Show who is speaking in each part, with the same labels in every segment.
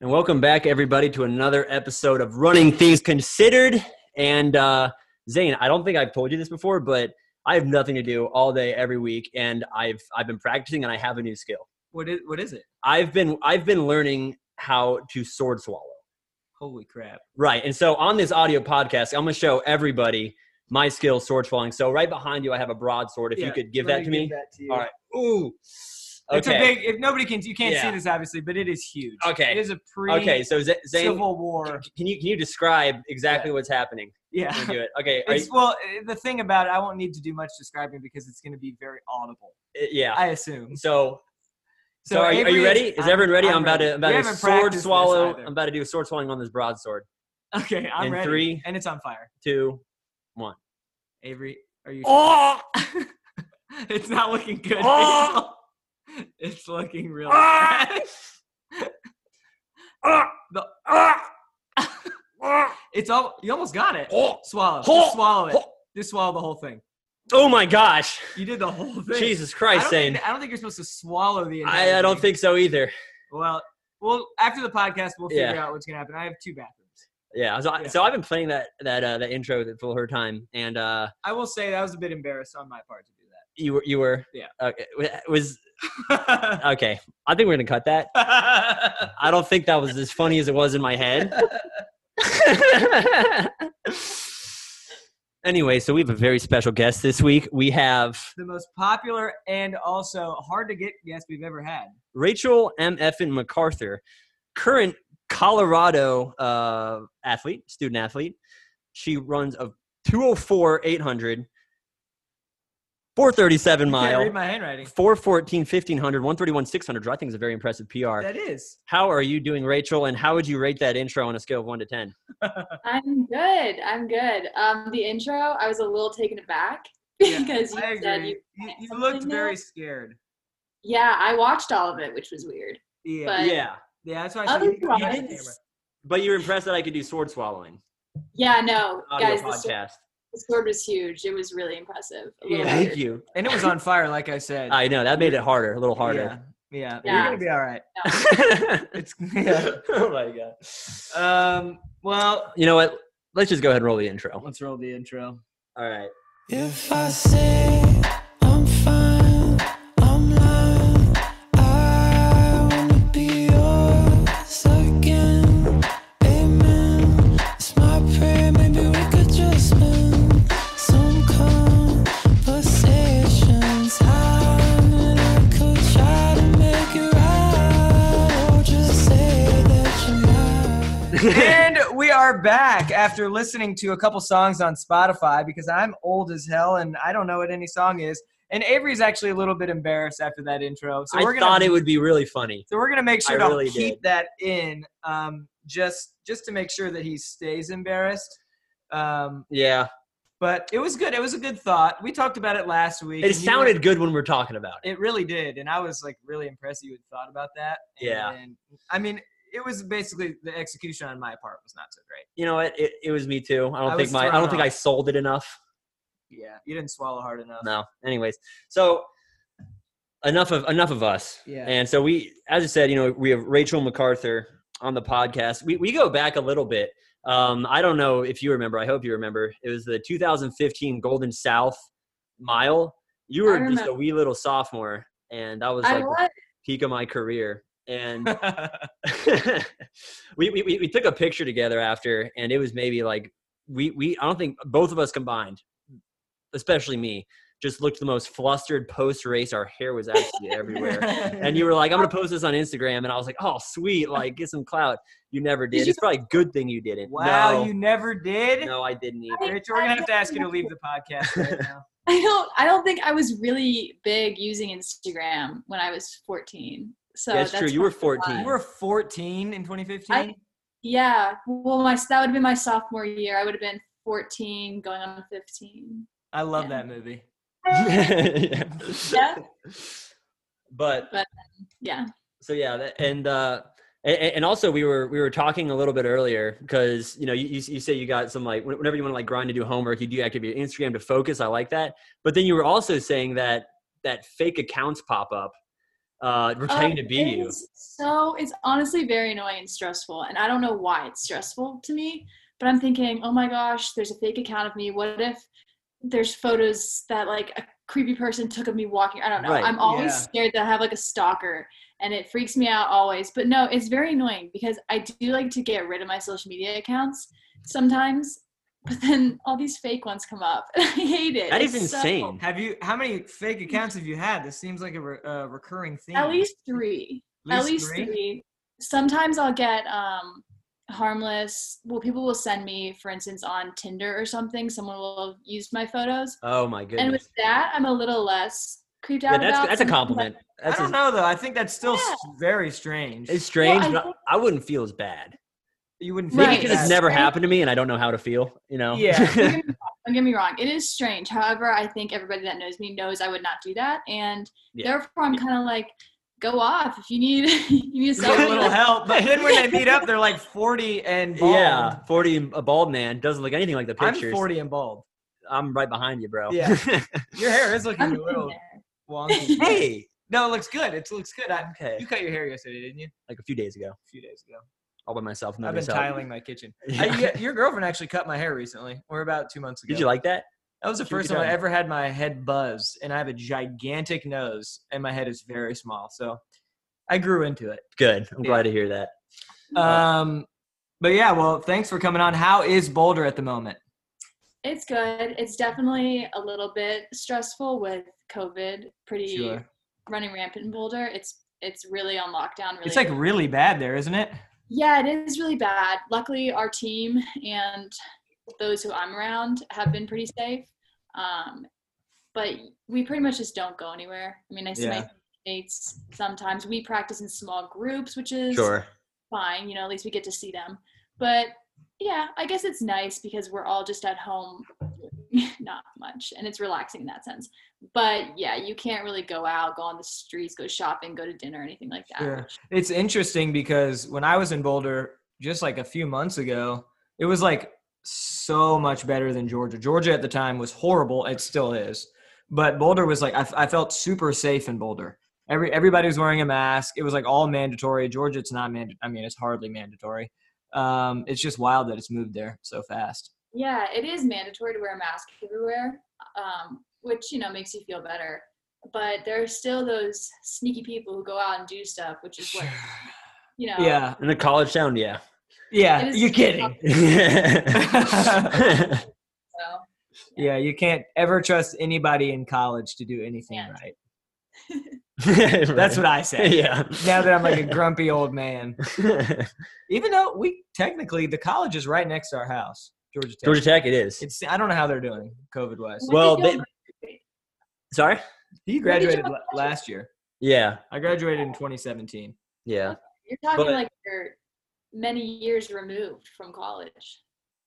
Speaker 1: And welcome back, everybody, to another episode of Running Things Considered. And uh, Zane, I don't think I've told you this before, but I have nothing to do all day, every week, and I've I've been practicing, and I have a new skill.
Speaker 2: What is what is it?
Speaker 1: I've been I've been learning how to sword swallow.
Speaker 2: Holy crap!
Speaker 1: Right. And so on this audio podcast, I'm going to show everybody my skill sword swallowing. So right behind you, I have a broadsword. If you
Speaker 2: Yeah,
Speaker 1: could give
Speaker 2: let
Speaker 1: that to me.
Speaker 2: give that to you.
Speaker 1: All right. Ooh.
Speaker 2: It's a
Speaker 1: Okay.
Speaker 2: big. If nobody can, you can't
Speaker 1: Yeah.
Speaker 2: see this obviously, but it is huge.
Speaker 1: Okay.
Speaker 2: It is a pre
Speaker 1: Okay. So Z- Zane,
Speaker 2: Civil War.
Speaker 1: can you can you describe exactly what's happening?
Speaker 2: Yeah.
Speaker 1: Can you do it. Okay. Are
Speaker 2: It's, well, eh, the thing about it, I won't need to do much describing because it's going to be very audible.
Speaker 1: you- yeah.
Speaker 2: I assume.
Speaker 1: So so are, you- are
Speaker 2: Avery
Speaker 1: you
Speaker 2: is-
Speaker 1: ready? Is
Speaker 2: I'm-
Speaker 1: everyone ready? I'm, about
Speaker 2: ready.
Speaker 1: to about
Speaker 2: We
Speaker 1: to
Speaker 2: haven't
Speaker 1: sword
Speaker 2: practiced this
Speaker 1: swallow.
Speaker 2: either.
Speaker 1: I'm about to do a sword swallowing on this broadsword.
Speaker 2: Okay, I'm
Speaker 1: in
Speaker 2: ready.
Speaker 1: three-
Speaker 2: and it's on fire.
Speaker 1: Two.
Speaker 2: Avery, are you?
Speaker 1: Oh!
Speaker 2: it's not looking good.
Speaker 1: Oh!
Speaker 2: people. It's looking really
Speaker 1: Ah!
Speaker 2: bad. The- Ah!
Speaker 1: Ah!
Speaker 2: It's all you almost got it.
Speaker 1: Oh!
Speaker 2: Swallow. it.
Speaker 1: Oh.
Speaker 2: Just swallow it.
Speaker 1: Oh.
Speaker 2: Just swallow the whole thing.
Speaker 1: Oh my gosh!
Speaker 2: You did the whole thing.
Speaker 1: Jesus
Speaker 2: I
Speaker 1: Christ,
Speaker 2: don't,
Speaker 1: Zane.
Speaker 2: think, I don't think you're supposed to swallow the entire
Speaker 1: I, I don't
Speaker 2: thing.
Speaker 1: think so either.
Speaker 2: Well, well, after the podcast, we'll figure
Speaker 1: Yeah.
Speaker 2: out what's gonna happen. I have two bathrooms.
Speaker 1: Yeah. So, I
Speaker 2: Yeah.
Speaker 1: so I've been playing that that uh, that intro the full her time, and uh,
Speaker 2: I will say that was a bit embarrassed on my part to do
Speaker 1: you were you were
Speaker 2: Yeah.
Speaker 1: Okay, w- was
Speaker 2: that.
Speaker 1: okay. I think we're gonna cut that. I don't think that was as funny as it was in my head. anyway, so we have a very special guest this week. We have
Speaker 2: the most popular and also hard to get guest we've ever had.
Speaker 1: Rachel M. Effin MacArthur, current Colorado uh, athlete, student athlete. She runs a 204 800, 437
Speaker 2: Can't
Speaker 1: mile,
Speaker 2: read my handwriting.
Speaker 1: 414 1500, 131 600. I think is a very impressive PR.
Speaker 2: That is.
Speaker 1: How are you doing, Rachel? And how would you rate that intro on a scale of 1 to 10?
Speaker 3: I'm good. I'm good. Um, the intro, I was a little taken aback
Speaker 2: Yeah,
Speaker 3: because you
Speaker 2: I
Speaker 3: said
Speaker 2: agree.
Speaker 3: you.
Speaker 2: You, you
Speaker 3: something
Speaker 2: looked
Speaker 3: now?
Speaker 2: very scared.
Speaker 3: Yeah, I watched all of it, which was weird.
Speaker 2: Yeah.
Speaker 3: But-
Speaker 1: yeah.
Speaker 2: yeah, that's why I said you, you
Speaker 1: You
Speaker 2: had the
Speaker 1: didn't,
Speaker 3: Otherwise,
Speaker 2: camera.
Speaker 1: but you're impressed that I could do sword swallowing.
Speaker 3: yeah, no,
Speaker 1: Audio
Speaker 3: guys, the sword,
Speaker 1: podcast.
Speaker 3: the sword was huge. It was really impressive. A little
Speaker 2: Yeah.
Speaker 1: Thank
Speaker 3: weird.
Speaker 1: you.
Speaker 2: And it was on fire, like I said.
Speaker 1: I know that made it harder, a little harder.
Speaker 2: Yeah. Yeah.
Speaker 3: Yeah.
Speaker 2: You're gonna be all right. It's yeah.
Speaker 1: oh my god.
Speaker 2: Um. Well,
Speaker 1: You know what? Let's just go ahead and roll the intro.
Speaker 2: let's roll the intro.
Speaker 1: All right.
Speaker 4: If I say I'm fine, I'm lying. I wanna be yours again. Amen. It's my prayer. Maybe we could just spend some conversations. Time and I could try to make it right, or just say that you're mine.
Speaker 2: and we are back after listening to a couple songs on Spotify because I'm old as hell and I don't know what any song is. And Avery's actually a little bit embarrassed after that intro, so
Speaker 1: I
Speaker 2: we're gonna
Speaker 1: thought it would be really funny.
Speaker 2: so we're gonna make sure
Speaker 1: I
Speaker 2: to
Speaker 1: really
Speaker 2: keep
Speaker 1: did.
Speaker 2: that in, um, just just to make sure that he stays embarrassed. Um,
Speaker 1: Yeah.
Speaker 2: but it was good. It was a good thought. We talked about it last week.
Speaker 1: It
Speaker 2: and you
Speaker 1: sounded good when we're talking about it.
Speaker 2: It really did, and I was like really impressed that you had thought about that.
Speaker 1: Yeah.
Speaker 2: And, I mean, it was basically the execution on my part was not so great.
Speaker 1: You know what? It, it was me too. I don't
Speaker 2: I
Speaker 1: think
Speaker 2: was
Speaker 1: my I
Speaker 2: thrown
Speaker 1: don't think I
Speaker 2: off.
Speaker 1: sold it enough.
Speaker 2: Yeah, you didn't swallow hard enough.
Speaker 1: No. Anyways, so enough of enough of us.
Speaker 2: Yeah.
Speaker 1: And so we, as I said, you know, we have Rachel MacArthur on the podcast. We we go back a little bit. Um, I don't know if you remember. I hope you remember. It was the 2015 Golden South Mile. You
Speaker 3: I
Speaker 1: were just a
Speaker 3: remember.
Speaker 1: wee little sophomore, and that was
Speaker 3: I
Speaker 1: like the
Speaker 3: was.
Speaker 1: peak of my career. And we, we we we took a picture together after, and it was maybe like we we I don't think both of us combined, especially me, just looked the most flustered post race. Our hair was absolutely everywhere, and you were like, "I'm gonna post this on Instagram," and I was like, "Oh, sweet! Like get some clout." You never did.
Speaker 3: you-
Speaker 1: it's probably a good thing you didn't.
Speaker 2: wow,
Speaker 1: no,
Speaker 2: you never did.
Speaker 1: no, I didn't either.
Speaker 2: Rachel, we're gonna have to ask you to leave the podcast right now.
Speaker 3: I don't. I don't think I was really big using Instagram when I was 14. So
Speaker 1: That's true. You were
Speaker 3: probably why.
Speaker 1: 14.
Speaker 2: you were 14 in 2015.
Speaker 3: I- Yeah. Well, my that would have been my sophomore year. I would have been 14, going on 15.
Speaker 2: I love
Speaker 3: Yeah.
Speaker 2: that movie.
Speaker 1: yeah.
Speaker 3: Yeah.
Speaker 1: But
Speaker 3: Yeah.
Speaker 1: so yeah that, and uh a- a- and also we were we were talking a little bit earlier because you know you, you s- you say you got some like when- whenever you want to like grind to do homework you do activate your instagram to focus i like that but then you were also saying that that fake accounts pop up uh, pretending to be
Speaker 3: Um,
Speaker 1: you.
Speaker 3: it's So it's honestly very annoying and stressful, and I don't know why it's stressful to me. But I'm thinking, oh my gosh, there's a fake account of me. What if there's photos that like a creepy person took of me walking? I don't know.
Speaker 1: Right,
Speaker 3: I'm always
Speaker 2: yeah.
Speaker 3: scared that I have like a stalker, and it freaks me out always. But no, it's very annoying because I do like to get rid of my social media accounts sometimes, but then all these fake ones come up, and I hate it.
Speaker 1: That is
Speaker 3: It's so-
Speaker 1: insane.
Speaker 2: Have you? How many fake accounts have you had? This seems like a re- uh, recurring theme.
Speaker 3: At least three. at least three. Sometimes I'll get um, harmless. Well, people will send me, for instance, on Tinder or something. Someone will have used my photos,
Speaker 1: Oh my goodness.
Speaker 3: and with that, I'm a little less creeped out.
Speaker 1: yeah, that's
Speaker 3: about.
Speaker 1: that's a
Speaker 3: Sometimes
Speaker 1: compliment. That's
Speaker 2: I don't
Speaker 1: a-
Speaker 2: know though. I think that's still
Speaker 3: Yeah.
Speaker 2: s very strange.
Speaker 1: it's strange,
Speaker 3: I
Speaker 1: but
Speaker 3: think-
Speaker 1: I wouldn't feel as bad.
Speaker 2: you wouldn't
Speaker 1: Maybe
Speaker 3: Right.
Speaker 1: because
Speaker 2: that.
Speaker 1: it's never
Speaker 3: Right.
Speaker 1: happened to me, and I don't know how to feel. You know.
Speaker 2: Yeah.
Speaker 3: Don't get me wrong- don't get me wrong. It is strange. However, I think everybody that knows me knows I would not do that, and
Speaker 1: Yeah.
Speaker 3: therefore I'm kind of like, go off if you need you need
Speaker 2: Get a
Speaker 3: something.
Speaker 2: little
Speaker 3: Like,
Speaker 2: help. But then when they meet up, they're like 40 and bald.
Speaker 1: Yeah, forty, and- a bald man doesn't look anything like the
Speaker 2: I'm
Speaker 1: pictures.
Speaker 2: 40 and bald.
Speaker 1: I'm right behind you, bro.
Speaker 2: Yeah. Your hair is looking
Speaker 3: I'm
Speaker 2: a little
Speaker 3: in there.
Speaker 2: wonky.
Speaker 1: hey.
Speaker 2: No, it looks good. It looks good. I,
Speaker 1: Okay.
Speaker 2: you cut your hair yesterday, didn't you? A
Speaker 1: Like a few days ago,
Speaker 2: few days ago.
Speaker 1: all by myself.
Speaker 2: I've
Speaker 1: nobody's
Speaker 2: been
Speaker 1: help.
Speaker 2: tiling my kitchen.
Speaker 1: Yeah.
Speaker 2: I- y- your girlfriend actually cut my hair recently, or about two months ago.
Speaker 1: Did you like that?
Speaker 2: that was the
Speaker 1: She was
Speaker 2: first time I
Speaker 1: done.
Speaker 2: ever had my head buzzed, and I have a gigantic nose, and my head is very small. So I grew into it.
Speaker 1: Good. I'm
Speaker 2: Yeah.
Speaker 1: glad to hear that.
Speaker 2: Um, but yeah, well, thanks for coming on. How is Boulder at the moment?
Speaker 3: It's good. It's definitely a little bit stressful with COVID. Pretty running rampant in Boulder. It's it's really on lockdown. Really,
Speaker 2: It's like really bad there, isn't it?
Speaker 3: yeah, it is really bad. Luckily, our team and those who I'm around have been pretty safe. Um, but we pretty much just don't go anywhere. I mean, I see
Speaker 2: Yeah.
Speaker 3: my mates sometimes. We practice in small groups, which is
Speaker 1: Sure.
Speaker 3: fine. You know, at least we get to see them. But yeah, I guess it's nice because we're all just at home, not much, and it's relaxing in that sense. But yeah, you can't really go out, go on the streets, go shopping, go to dinner, anything like that.
Speaker 2: Sure.
Speaker 3: which-
Speaker 2: It's interesting because when I was in Boulder just like a few months ago, it was like so much better than Georgia. Georgia at the time was horrible. It still is. But Boulder was like, I, I felt super safe in Boulder. Every, everybody was wearing a mask. It was like all mandatory. Georgia, it's not mandatory. I mean, it's hardly mandatory. Um, it's just wild that it's moved there so fast.
Speaker 3: Yeah, it is mandatory to wear a mask everywhere, um, which you know makes you feel better. But there are still those sneaky people who go out and do stuff, which is what you know.
Speaker 2: Yeah.
Speaker 1: In a college town, yeah.
Speaker 2: Yeah.
Speaker 3: It is-
Speaker 2: You're kidding.
Speaker 3: So
Speaker 2: Yeah. You can't ever trust anybody in college to do anything
Speaker 3: Yeah.
Speaker 2: right. That's what I say.
Speaker 1: Yeah.
Speaker 2: now that I'm like a grumpy old man.
Speaker 1: a
Speaker 2: Even though we technically the college is right next to our house, Georgia Tech.
Speaker 1: Georgia Tech, it is.
Speaker 2: It's I don't know how they're doing COVID wise.
Speaker 3: When
Speaker 1: Well,
Speaker 3: did you
Speaker 1: they, sorry.
Speaker 2: He
Speaker 3: Where did you
Speaker 2: graduated la-
Speaker 3: graduate?
Speaker 2: last year.
Speaker 1: Yeah.
Speaker 2: I graduated in 2017.
Speaker 1: Yeah.
Speaker 3: You're talking
Speaker 1: But-
Speaker 3: like you're many years removed from college.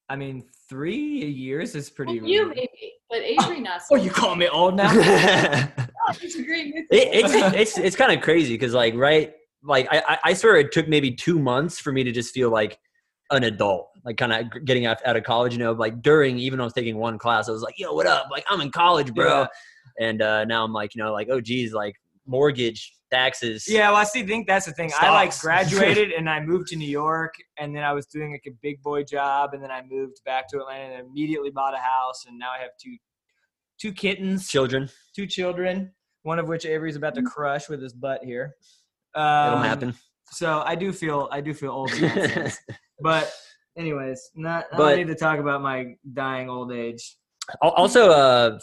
Speaker 2: I mean, three years is pretty.
Speaker 3: Well, you
Speaker 2: rude.
Speaker 3: maybe, but Avery not.
Speaker 2: Oh,
Speaker 3: so
Speaker 2: you call me old now?
Speaker 1: it,
Speaker 3: much. I disagree with you.
Speaker 1: it's it's it's kind of crazy because like right like I I- I swear it took maybe two months for me to just feel like an adult like kind of getting out, out of college you know like during even when I was taking one class I was like yo what up like I'm in college bro and uh, now I'm like you know like oh geez like mortgage taxes
Speaker 2: yeah, well, I see. Think that's the thing. I like
Speaker 1: Stocks.
Speaker 2: graduated and I moved to New York, and then I was doing like a big boy job, and then I moved back to Atlanta and immediately bought a house, and now I have two two kittens.
Speaker 1: children
Speaker 2: two children, one of which Avery's about to crush with his butt here.
Speaker 1: Mm. it'll
Speaker 2: Um,
Speaker 1: happen
Speaker 2: So I do feel I do feel old, in that sense. but anyways, not I
Speaker 1: But-
Speaker 2: don't need to talk about my dying old age.
Speaker 1: Al- also uh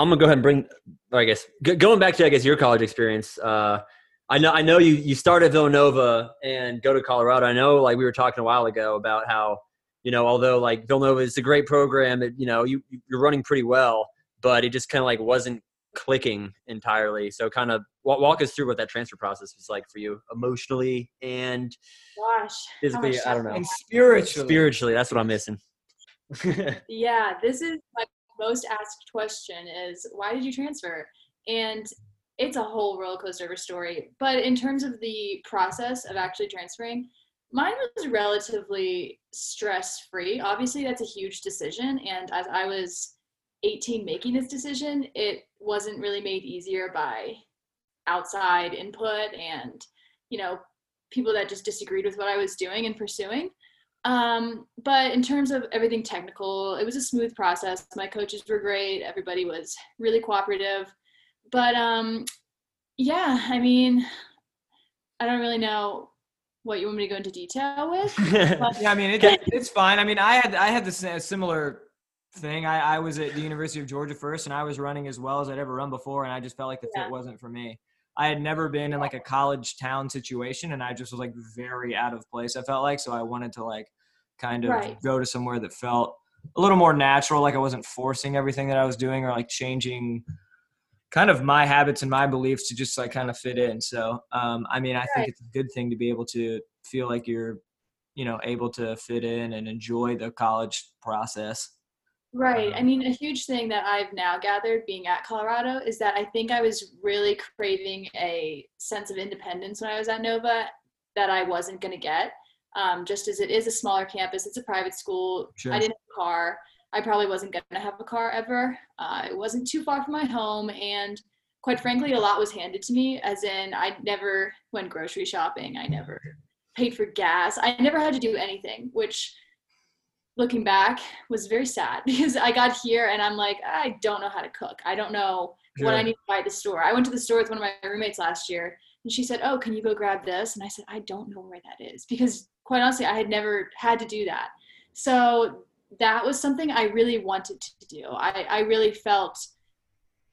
Speaker 1: i'm gonna go ahead and bring or i guess g- going back to i guess your college experience uh i know i know you you start at villanova and go to colorado i know like we were talking a while ago about how you know although like villanova is a great program it, you know you you're running pretty well but it just kind of like wasn't clicking entirely so kind of walk, walk us through what that transfer process was like for you emotionally and
Speaker 3: Gosh,
Speaker 1: physically
Speaker 3: Gosh,
Speaker 1: i don't know
Speaker 2: And spiritually,
Speaker 1: spiritually that's what i'm missing
Speaker 3: yeah, this is my most asked question: is why did you transfer? And it's a whole roller coaster of a story. But in terms of the process of actually transferring, mine was relatively stress free. Obviously, that's a huge decision, and as I was 18 making this decision, it wasn't really made easier by outside input and you know people that just disagreed with what I was doing and pursuing. Um, but in terms of everything technical, it was a smooth process. My coaches were great. Everybody was really cooperative. But um, yeah, I mean, I don't really know what you want me to go into detail with.
Speaker 2: Yeah, I mean it's it's fine. I mean I had I had this uh, similar thing. I, I was at the University of Georgia first, and I was running as well as I'd ever run before, and I just felt like the
Speaker 3: Yeah.
Speaker 2: fit wasn't for me. I had never been in like a college town situation, and I just was like very out of place. I felt like so I wanted to like kind of
Speaker 3: Right.
Speaker 2: go to somewhere that felt a little more natural, like I wasn't forcing everything that I was doing or like changing kind of my habits and my beliefs to just like kind of fit in. So, um, I mean, I think
Speaker 3: Right.
Speaker 2: it's a good thing to be able to feel like you're, you know, able to fit in and enjoy the college process.
Speaker 3: Right. I
Speaker 2: Um,
Speaker 3: mean, a huge thing that I've now gathered being at Colorado is that I think I was really craving a sense of independence when I was at Nova that I wasn't going to get. Um, just as it is a smaller campus, it's a private school.
Speaker 2: Sure.
Speaker 3: I didn't have a car. I probably wasn't going to have a car ever. Uh, it wasn't too far from my home. And quite frankly, a lot was handed to me, as in, I never went grocery shopping. I never paid for gas. I never had to do anything, which looking back was very sad because I got here and I'm like, I don't know how to cook. I don't know what I
Speaker 2: Sure.
Speaker 3: need to buy at the store. I went to the store with one of my roommates last year and she said, Oh, can you go grab this? And I said, I don't know where that is because quite honestly, I had never had to do that. So that was something I really wanted to do. I, I really felt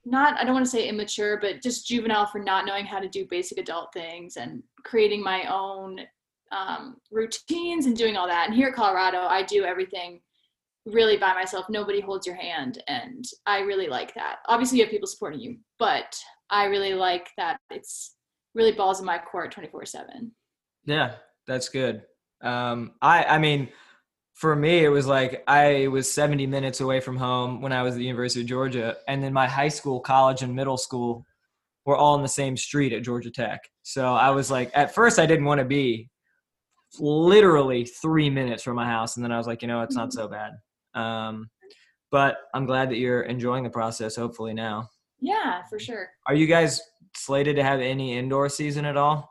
Speaker 3: not, I don't want to say immature, but just juvenile for not knowing how to do basic adult things and creating my own um, routines and doing all that. And here at Colorado, I do everything really by myself. Nobody holds your hand. And I really like that. Obviously, you have people supporting you, but I really like that it's really balls in my court 24 7.
Speaker 2: Yeah, that's good. Um, I I mean, for me, it was like I was 70 minutes away from home when I was at the University of Georgia, and then my high school, college, and middle school were all on the same street at Georgia Tech. So I was like, at first, I didn't want to be literally three minutes from my house, and then I was like, you know, it's not so bad. Um, but I'm glad that you're enjoying the process. Hopefully now,
Speaker 3: Yeah, for sure.
Speaker 2: are you guys slated to have any indoor season at all?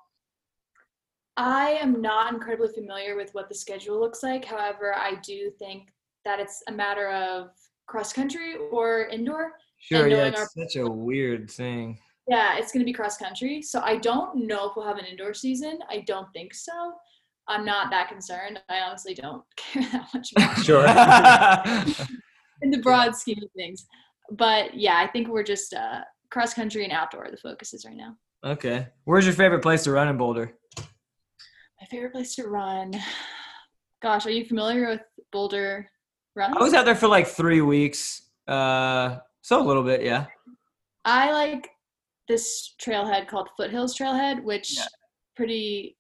Speaker 3: I am not incredibly familiar with what the schedule looks like. However, I do think that it's a matter of cross country or indoor.
Speaker 2: Sure, yeah,
Speaker 3: knowing
Speaker 2: it's
Speaker 3: our-
Speaker 2: such a weird thing.
Speaker 3: Yeah, it's going to be cross country. So I don't know if we'll have an indoor season. I don't think so. I'm not that concerned. I honestly don't care that much about it
Speaker 2: Sure.
Speaker 3: in the broad scheme of things. But yeah, I think we're just uh, cross country and outdoor are the focuses right now.
Speaker 2: okay. Where's your favorite place to run in Boulder?
Speaker 3: My favorite place to run. Gosh, are you familiar with Boulder Run?
Speaker 2: I was out there for like three weeks. Uh, so a little bit, yeah.
Speaker 3: I like this trailhead called Foothills Trailhead, which
Speaker 2: Yeah.
Speaker 3: pretty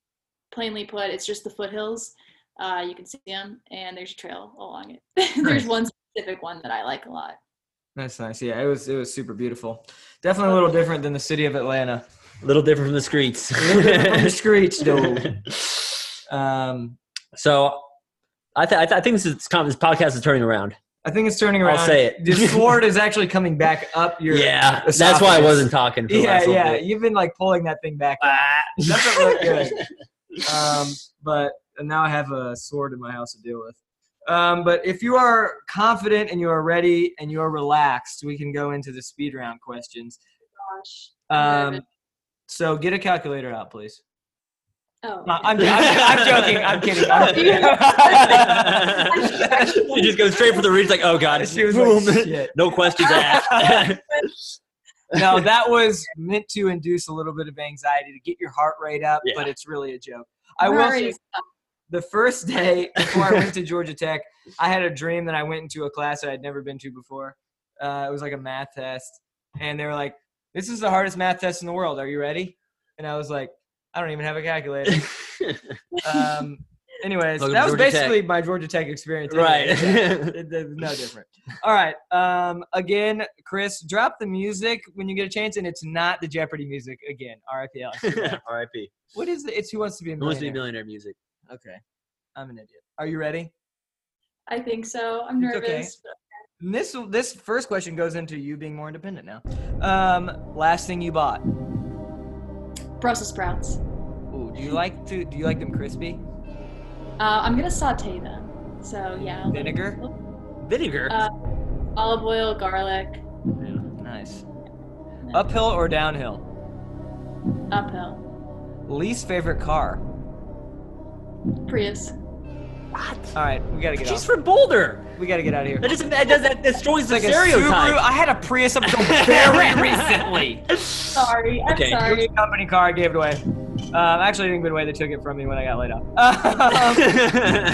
Speaker 3: plainly put, it's just the foothills. Uh, you can see them, and there's a trail along it.
Speaker 2: Nice.
Speaker 3: there's one specific one that I like a lot.
Speaker 2: That's nice. Yeah, it was it was super beautiful. Definitely a little different than the city of Atlanta.
Speaker 1: A little different from the streets.
Speaker 2: From the screech, though. Um,
Speaker 1: so I, th- I, th- I think this is kind of- this podcast is turning around.
Speaker 2: I think it's turning
Speaker 1: I'll
Speaker 2: around.
Speaker 1: say it.
Speaker 2: The sword is actually coming back up your.
Speaker 1: yeah,
Speaker 2: esophagus.
Speaker 1: that's why I wasn't talking. For the
Speaker 2: Yeah,
Speaker 1: last little
Speaker 2: yeah.
Speaker 1: bit.
Speaker 2: You've been like pulling that thing back.
Speaker 1: Ah.
Speaker 2: Doesn't look good. um, but now I have a sword in my house to deal with. Um, but if you are confident and you are ready and you are relaxed, we can go into the speed round questions.
Speaker 3: Gosh. I'm
Speaker 2: Um,
Speaker 3: nervous.
Speaker 2: so get a calculator out, please.
Speaker 3: Oh,
Speaker 2: No,
Speaker 3: okay.
Speaker 2: I'm, I'm, I'm joking. I'm kidding. I'm kidding.
Speaker 1: she just goes straight for the reach. Like, oh god,
Speaker 2: She was like, shit.
Speaker 1: no questions asked.
Speaker 2: No, that was meant to induce a little bit of anxiety to get your heart rate up,
Speaker 1: Yeah.
Speaker 2: but it's really a joke. I will
Speaker 3: Alrighty.
Speaker 2: say the first day before I went to Georgia Tech, I had a dream that I went into a class that I'd never been to before. Uh, it was like a math test, and they were like, "This is the hardest math test in the world. Are you ready?" And I was like, "I don't even have a calculator." Um, anyways,
Speaker 1: Welcome to
Speaker 2: that was
Speaker 1: Georgia Tech.
Speaker 2: basically my Georgia Tech experience.
Speaker 1: right.
Speaker 2: anyways. It- it's no different. All right. Um, again, Chris, drop the music when you get a chance, and it's not the Jeopardy music again. R.I.P. Alex.
Speaker 1: R.I.P.
Speaker 2: What is the? It's Who Wants to Be a
Speaker 1: Who wants to be
Speaker 2: Millionaire?
Speaker 1: a millionaire music?
Speaker 2: okay, I'm an idiot. Are you ready?
Speaker 3: I think so. I'm
Speaker 2: It's okay.
Speaker 3: nervous. but-
Speaker 2: And This this first question goes into you being more independent now. Um, last thing you bought?
Speaker 3: Brussels sprouts.
Speaker 2: Ooh, do you like to? Do you like them crispy?
Speaker 3: Uh, I'm gonna saute them. So yeah, like
Speaker 2: Vinegar.
Speaker 1: Vinegar.
Speaker 3: Uh, olive oil, garlic,
Speaker 1: Yeah.
Speaker 2: Nice. Uphill or downhill?
Speaker 3: uphill.
Speaker 2: Least favorite car.
Speaker 3: Prius.
Speaker 1: What?
Speaker 2: All right, we gotta get
Speaker 1: She's
Speaker 2: off.
Speaker 1: from Boulder.
Speaker 2: We gotta get out of here.
Speaker 1: That doesn't. That does that. That destroys the
Speaker 2: Like a Subaru.
Speaker 1: stereotype.
Speaker 2: I had a Prius up until very recently.
Speaker 3: Sorry, I'm
Speaker 1: Okay.
Speaker 2: It was
Speaker 3: sorry.
Speaker 2: a company car. I gave it away. Um, actually, I didn't give it away. They took it from me when I got laid off.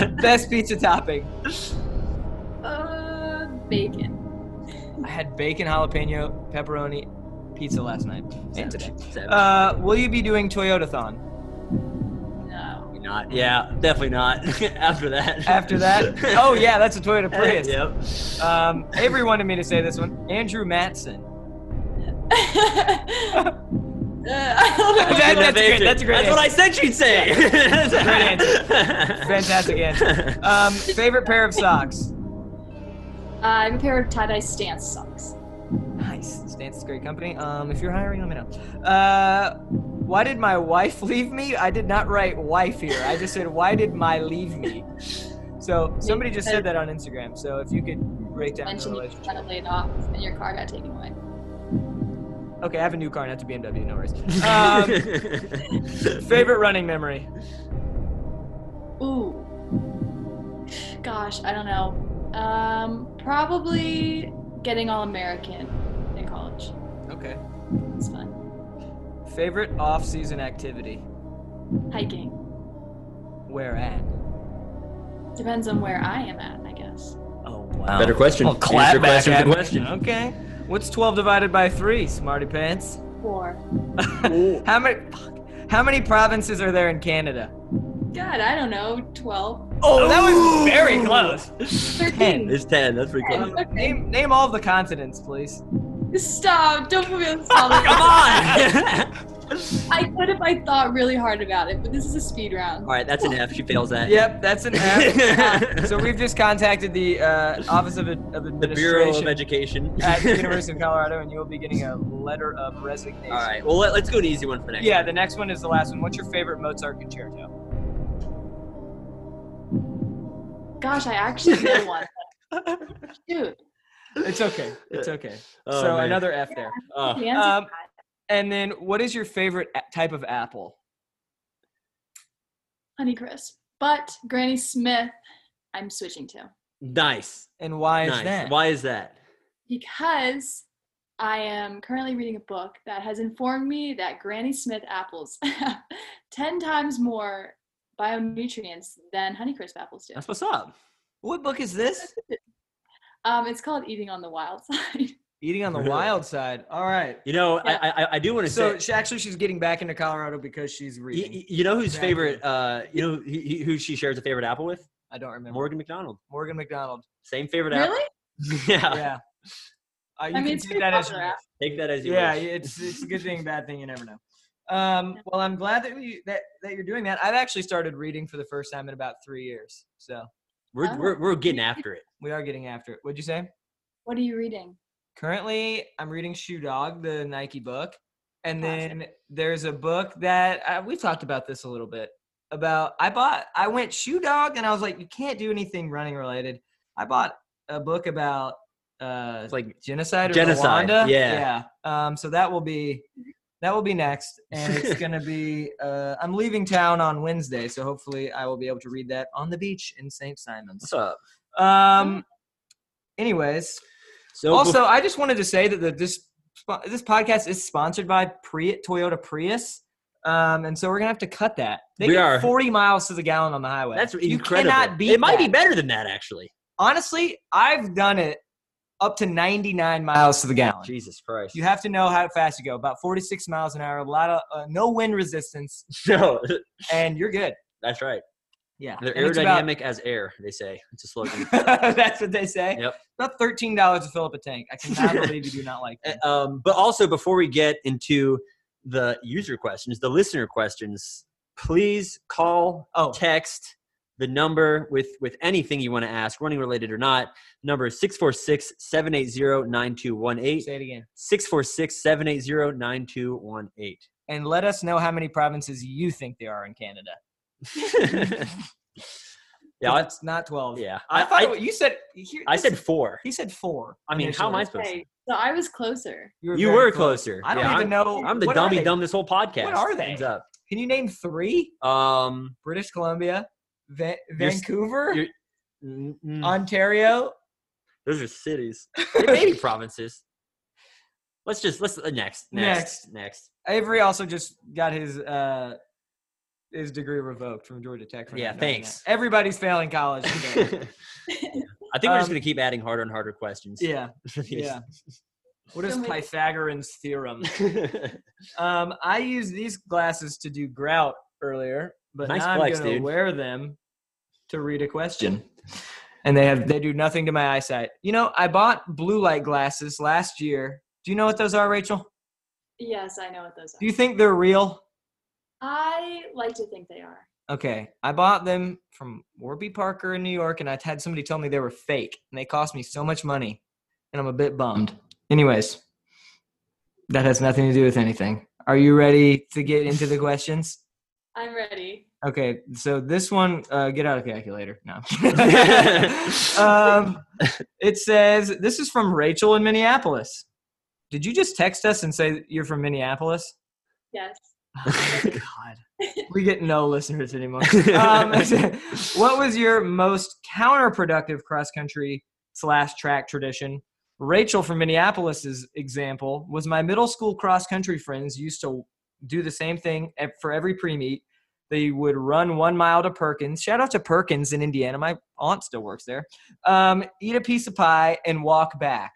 Speaker 2: Um, best pizza topping.
Speaker 3: Uh, bacon.
Speaker 2: I had bacon, jalapeno, pepperoni, pizza last night and today.
Speaker 1: Savage.
Speaker 2: Uh, will you be doing Toyotathon?
Speaker 3: No.
Speaker 1: not. Yeah, definitely not. After that.
Speaker 2: After that? Oh yeah, that's a Toyota Prius.
Speaker 1: yep.
Speaker 2: Um, Avery wanted me to say this one. Andrew Matson.
Speaker 3: uh, I don't know.
Speaker 2: That- that's a great- that's a great
Speaker 1: That's what I said she'd say. that's a
Speaker 2: Great answer.
Speaker 1: Fantastic
Speaker 2: Fantastic answer. Um, favorite pair of socks.
Speaker 3: I'm a pair of tie-dye stance socks.
Speaker 2: Nice. Stance is great company. Um, if you're hiring, let me know. Uh, why did my wife leave me? I did not write wife here. I just said, why did my leave me? So somebody just said that on Instagram. So if you could break down the
Speaker 3: Mentioned you
Speaker 2: relationship.
Speaker 3: got laid off and your car got taken away.
Speaker 2: Okay, I have a new car, not to BMW. No worries. Um, favorite running memory.
Speaker 3: Ooh. Gosh, I don't know. Um, probably getting all American in college.
Speaker 2: Okay.
Speaker 3: It's fun.
Speaker 2: Favorite off-season activity.
Speaker 3: Hiking.
Speaker 2: Where at?
Speaker 3: Depends on where I am at, I guess.
Speaker 2: Oh wow.
Speaker 1: Better question.
Speaker 2: Oh, clap
Speaker 1: Answer
Speaker 2: back
Speaker 1: question with
Speaker 2: at
Speaker 1: a
Speaker 2: me.
Speaker 1: question.
Speaker 2: Okay. What's 12 divided by 3, smarty pants?
Speaker 3: Or
Speaker 2: How many fuck, How many provinces are there in Canada?
Speaker 3: God, I don't know, twelve.
Speaker 2: Oh, that was
Speaker 1: Ooh.
Speaker 2: very close.
Speaker 3: Thirteen.
Speaker 1: It's ten. That's pretty
Speaker 3: Okay.
Speaker 1: close.
Speaker 2: Uh, Name, name all of the continents, please.
Speaker 3: Stop, don't put me on the spot.
Speaker 1: Come on.
Speaker 3: I could if I thought really hard about it, but this is a speed round.
Speaker 1: All right, that's an F. She fails that.
Speaker 2: Yep, that's an F. so we've just contacted the uh, Office of, Ad- of
Speaker 1: The Bureau
Speaker 2: Administration
Speaker 1: of Education.
Speaker 2: at the University of Colorado, and you will be getting a letter of resignation.
Speaker 1: All right. Well, let, us go an easy one for next.
Speaker 2: Yeah, the next one is the last one. What's your favorite Mozart concerto?
Speaker 3: Gosh, I actually know one. Dude,
Speaker 2: It's okay. It's okay.
Speaker 1: Oh,
Speaker 2: so
Speaker 1: man.
Speaker 2: another F there.
Speaker 1: Oh,
Speaker 3: the answer's
Speaker 2: Um,
Speaker 3: not.
Speaker 2: And then, what is your favorite a- type of apple?
Speaker 3: Honeycrisp. But Granny Smith, I'm switching to
Speaker 1: nice.
Speaker 2: And why is
Speaker 1: nice.
Speaker 2: that?
Speaker 1: Why is that?
Speaker 3: because I am currently reading a book that has informed me that Granny Smith apples have 10 times more bionutrients than Honeycrisp apples do.
Speaker 1: That's what's up.
Speaker 2: What book is this?
Speaker 3: Um, it's called Eating on the Wild Side.
Speaker 2: Eating on the
Speaker 1: Really?
Speaker 2: Wild Side. All right.
Speaker 1: You know, I I, I- I do want to
Speaker 2: So
Speaker 1: say.
Speaker 2: she, actually, she's getting back into Colorado because she's
Speaker 1: You,
Speaker 2: reading.
Speaker 1: you- you know whose
Speaker 2: Exactly.
Speaker 1: favorite? Uh, you know who- who, who she shares a favorite apple with?
Speaker 2: I don't remember Morgan,
Speaker 1: Morgan McDonald.
Speaker 2: McDonald.
Speaker 1: Same favorite apple.
Speaker 3: really?
Speaker 1: Yeah.
Speaker 2: Yeah. Uh, you
Speaker 3: mean,
Speaker 2: can
Speaker 3: it's
Speaker 2: take
Speaker 3: pretty
Speaker 2: that as you
Speaker 3: popular
Speaker 2: wish.
Speaker 3: app.
Speaker 1: Take that as you
Speaker 2: yeah,
Speaker 1: wish.
Speaker 2: it's it's a good thing, bad thing. You never know. Um, well, I'm glad that you that, that you're doing that. I've actually started reading for the first time in about three years, so
Speaker 1: We're,
Speaker 3: Oh.
Speaker 1: we're we're getting after it.
Speaker 2: we are getting after it. What'd you say?
Speaker 3: What are you reading?
Speaker 2: Currently, I'm reading Shoe Dog, the Nike book, and
Speaker 3: Classic.
Speaker 2: then there's a book that uh, we talked about this a little bit about. I bought, I went Shoe Dog, and I was like, you can't do anything running related. I bought a book about uh,
Speaker 1: It's like
Speaker 2: genocide or
Speaker 1: Genocide,
Speaker 2: Rwanda.
Speaker 1: yeah.
Speaker 2: Yeah. Um, so that will be that will be next, and it's gonna be. Uh, I'm leaving town on Wednesday, so hopefully I will be able to read that on the beach in St. Simons.
Speaker 1: what's up.
Speaker 2: Um. Anyways,
Speaker 1: So
Speaker 2: also I just wanted to say that the, this spo- this podcast is sponsored by Pri- Toyota Prius. Um, and so we're gonna have to cut that. They
Speaker 1: We
Speaker 2: get
Speaker 1: are.
Speaker 2: 40 miles to the gallon on the highway.
Speaker 1: That's
Speaker 2: you
Speaker 1: incredible.
Speaker 2: cannot beat.
Speaker 1: it might
Speaker 2: that
Speaker 1: be better than that actually.
Speaker 2: honestly, I've done it up to 99 miles to the gallon.
Speaker 1: Jesus Christ.
Speaker 2: You have to know how fast you go. About 46 miles an hour, a lot of uh, no wind resistance,
Speaker 1: no,
Speaker 2: and you're good.
Speaker 1: that's right.
Speaker 2: Yeah,
Speaker 1: They're
Speaker 2: And it's about-
Speaker 1: aerodynamic as air. They say it's a slogan.
Speaker 2: that's what they say.
Speaker 1: Yep.
Speaker 2: About 13 dollars to fill up a tank. I cannot believe you do not like that.
Speaker 1: Uh, um, but also before we get into the user questions, the listener questions, please call,
Speaker 2: Oh.
Speaker 1: text the number with with anything you want to ask, running related or not. Number is 646-780-9218.
Speaker 2: Say it again.
Speaker 1: 646-780-9218.
Speaker 2: and let us know how many provinces you think there are in Canada.
Speaker 1: yeah, I,
Speaker 2: it's not 12.
Speaker 1: yeah.
Speaker 2: I, thought
Speaker 1: I,
Speaker 2: it wa- you said you-
Speaker 1: I said four.
Speaker 2: he said four.
Speaker 1: I mean, how am I supposed?
Speaker 3: Okay, so I was closer.
Speaker 1: to?
Speaker 2: were
Speaker 1: You
Speaker 2: very
Speaker 1: were
Speaker 2: close.
Speaker 1: closer.
Speaker 2: I don't
Speaker 1: Yeah,
Speaker 2: even know.
Speaker 1: I'm, I'm the
Speaker 2: what are
Speaker 1: dummy
Speaker 2: they?
Speaker 1: dumb this whole podcast.
Speaker 2: What are they?
Speaker 1: Hands up.
Speaker 2: Can you name three?
Speaker 1: Um,
Speaker 2: British Columbia, Va-
Speaker 1: You're s-
Speaker 2: Vancouver,
Speaker 1: you're- mm, mm,
Speaker 2: Ontario.
Speaker 1: those are cities. They may be provinces. Let's just let's uh, next next next.
Speaker 2: Avery also just got his uh, his degree revoked from Georgia Tech. for
Speaker 1: Yeah,
Speaker 2: not doing
Speaker 1: thanks.
Speaker 2: that. Everybody's failing college.
Speaker 1: I
Speaker 2: Today.
Speaker 1: think we're
Speaker 2: Um,
Speaker 1: just gonna keep adding harder and harder questions.
Speaker 2: yeah, yeah. What is
Speaker 3: So many-
Speaker 2: Pythagorean's theorem?
Speaker 1: yeah.
Speaker 2: Um, I used these glasses to do grout earlier, but
Speaker 1: Nice
Speaker 2: now
Speaker 1: flex,
Speaker 2: I'm going
Speaker 1: dude.
Speaker 2: to wear them to read a question. And they have they do nothing to my eyesight. You know, I bought blue light glasses last year. Do you know what those are, Rachel?
Speaker 3: Yes, I know what those
Speaker 2: Do
Speaker 3: are.
Speaker 2: you think they're real?
Speaker 3: I like to think they are.
Speaker 2: Okay, I bought them from Warby Parker in New York, and I had somebody tell me they were fake, and they cost me so much money, and I'm a bit bummed. Anyways, that has nothing to do with anything. Are you ready to get into the questions?
Speaker 3: I'm ready.
Speaker 2: Okay, so this one, uh, get out a calculator. No. um, it says, this is from Rachel in Minneapolis. Did you just text us and say you're from Minneapolis? Oh
Speaker 3: Yes.
Speaker 2: God. We get no listeners anymore. Um, what was your most counterproductive cross country slash track tradition? Rachel from Minneapolis's example was my middle school cross country friends used to do the same thing ev- for every pre meet. They would run one mile to Perkins. Shout out to Perkins in Indiana. My aunt still works there. Um, eat a piece of pie and walk back.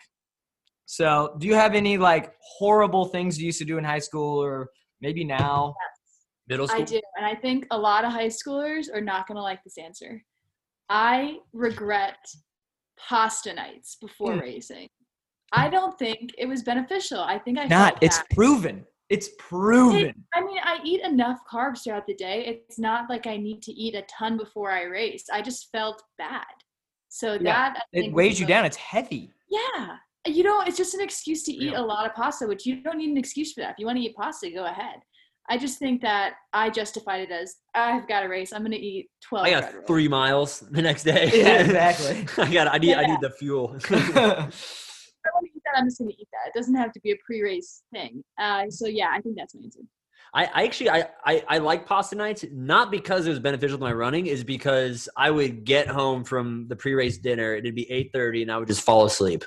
Speaker 2: So, do you have any like horrible things you used to do in high school or maybe now?
Speaker 1: Middle
Speaker 3: I
Speaker 1: school.
Speaker 3: do. And I think a lot of high schoolers are not going to like this answer. I regret pasta nights before
Speaker 2: Hmm.
Speaker 3: racing. I don't think it was beneficial. I think I
Speaker 2: Not.
Speaker 3: felt
Speaker 2: It's
Speaker 3: bad.
Speaker 2: proven. It's proven.
Speaker 3: I mean, I eat enough carbs throughout the day. It's not like I need to eat a ton before I race. I just felt bad. So that I
Speaker 2: It
Speaker 3: think,
Speaker 2: weighs
Speaker 3: was
Speaker 2: you
Speaker 3: the-
Speaker 2: down. It's heavy.
Speaker 3: Yeah. You know, it's just an excuse to eat
Speaker 1: Yeah.
Speaker 3: a lot of pasta, which you don't need an excuse for that. If you want to eat pasta, go ahead. I just think that I justified it as I've got a race. I'm going to eat 12.
Speaker 1: I
Speaker 3: bread
Speaker 1: got
Speaker 3: rolls."
Speaker 1: three miles the next day.
Speaker 2: Yeah, exactly.
Speaker 1: I got. I need. I
Speaker 3: Yeah.
Speaker 1: need the fuel.
Speaker 3: If I want to eat that. I'm just going to eat that. It doesn't have to be a pre race thing. Uh, so, yeah, I think that's my answer.
Speaker 1: I, I actually I, I I like pasta nights not because it was beneficial to my running is because I would get home from the pre-race dinner it'd be eight thirty and I would just fall asleep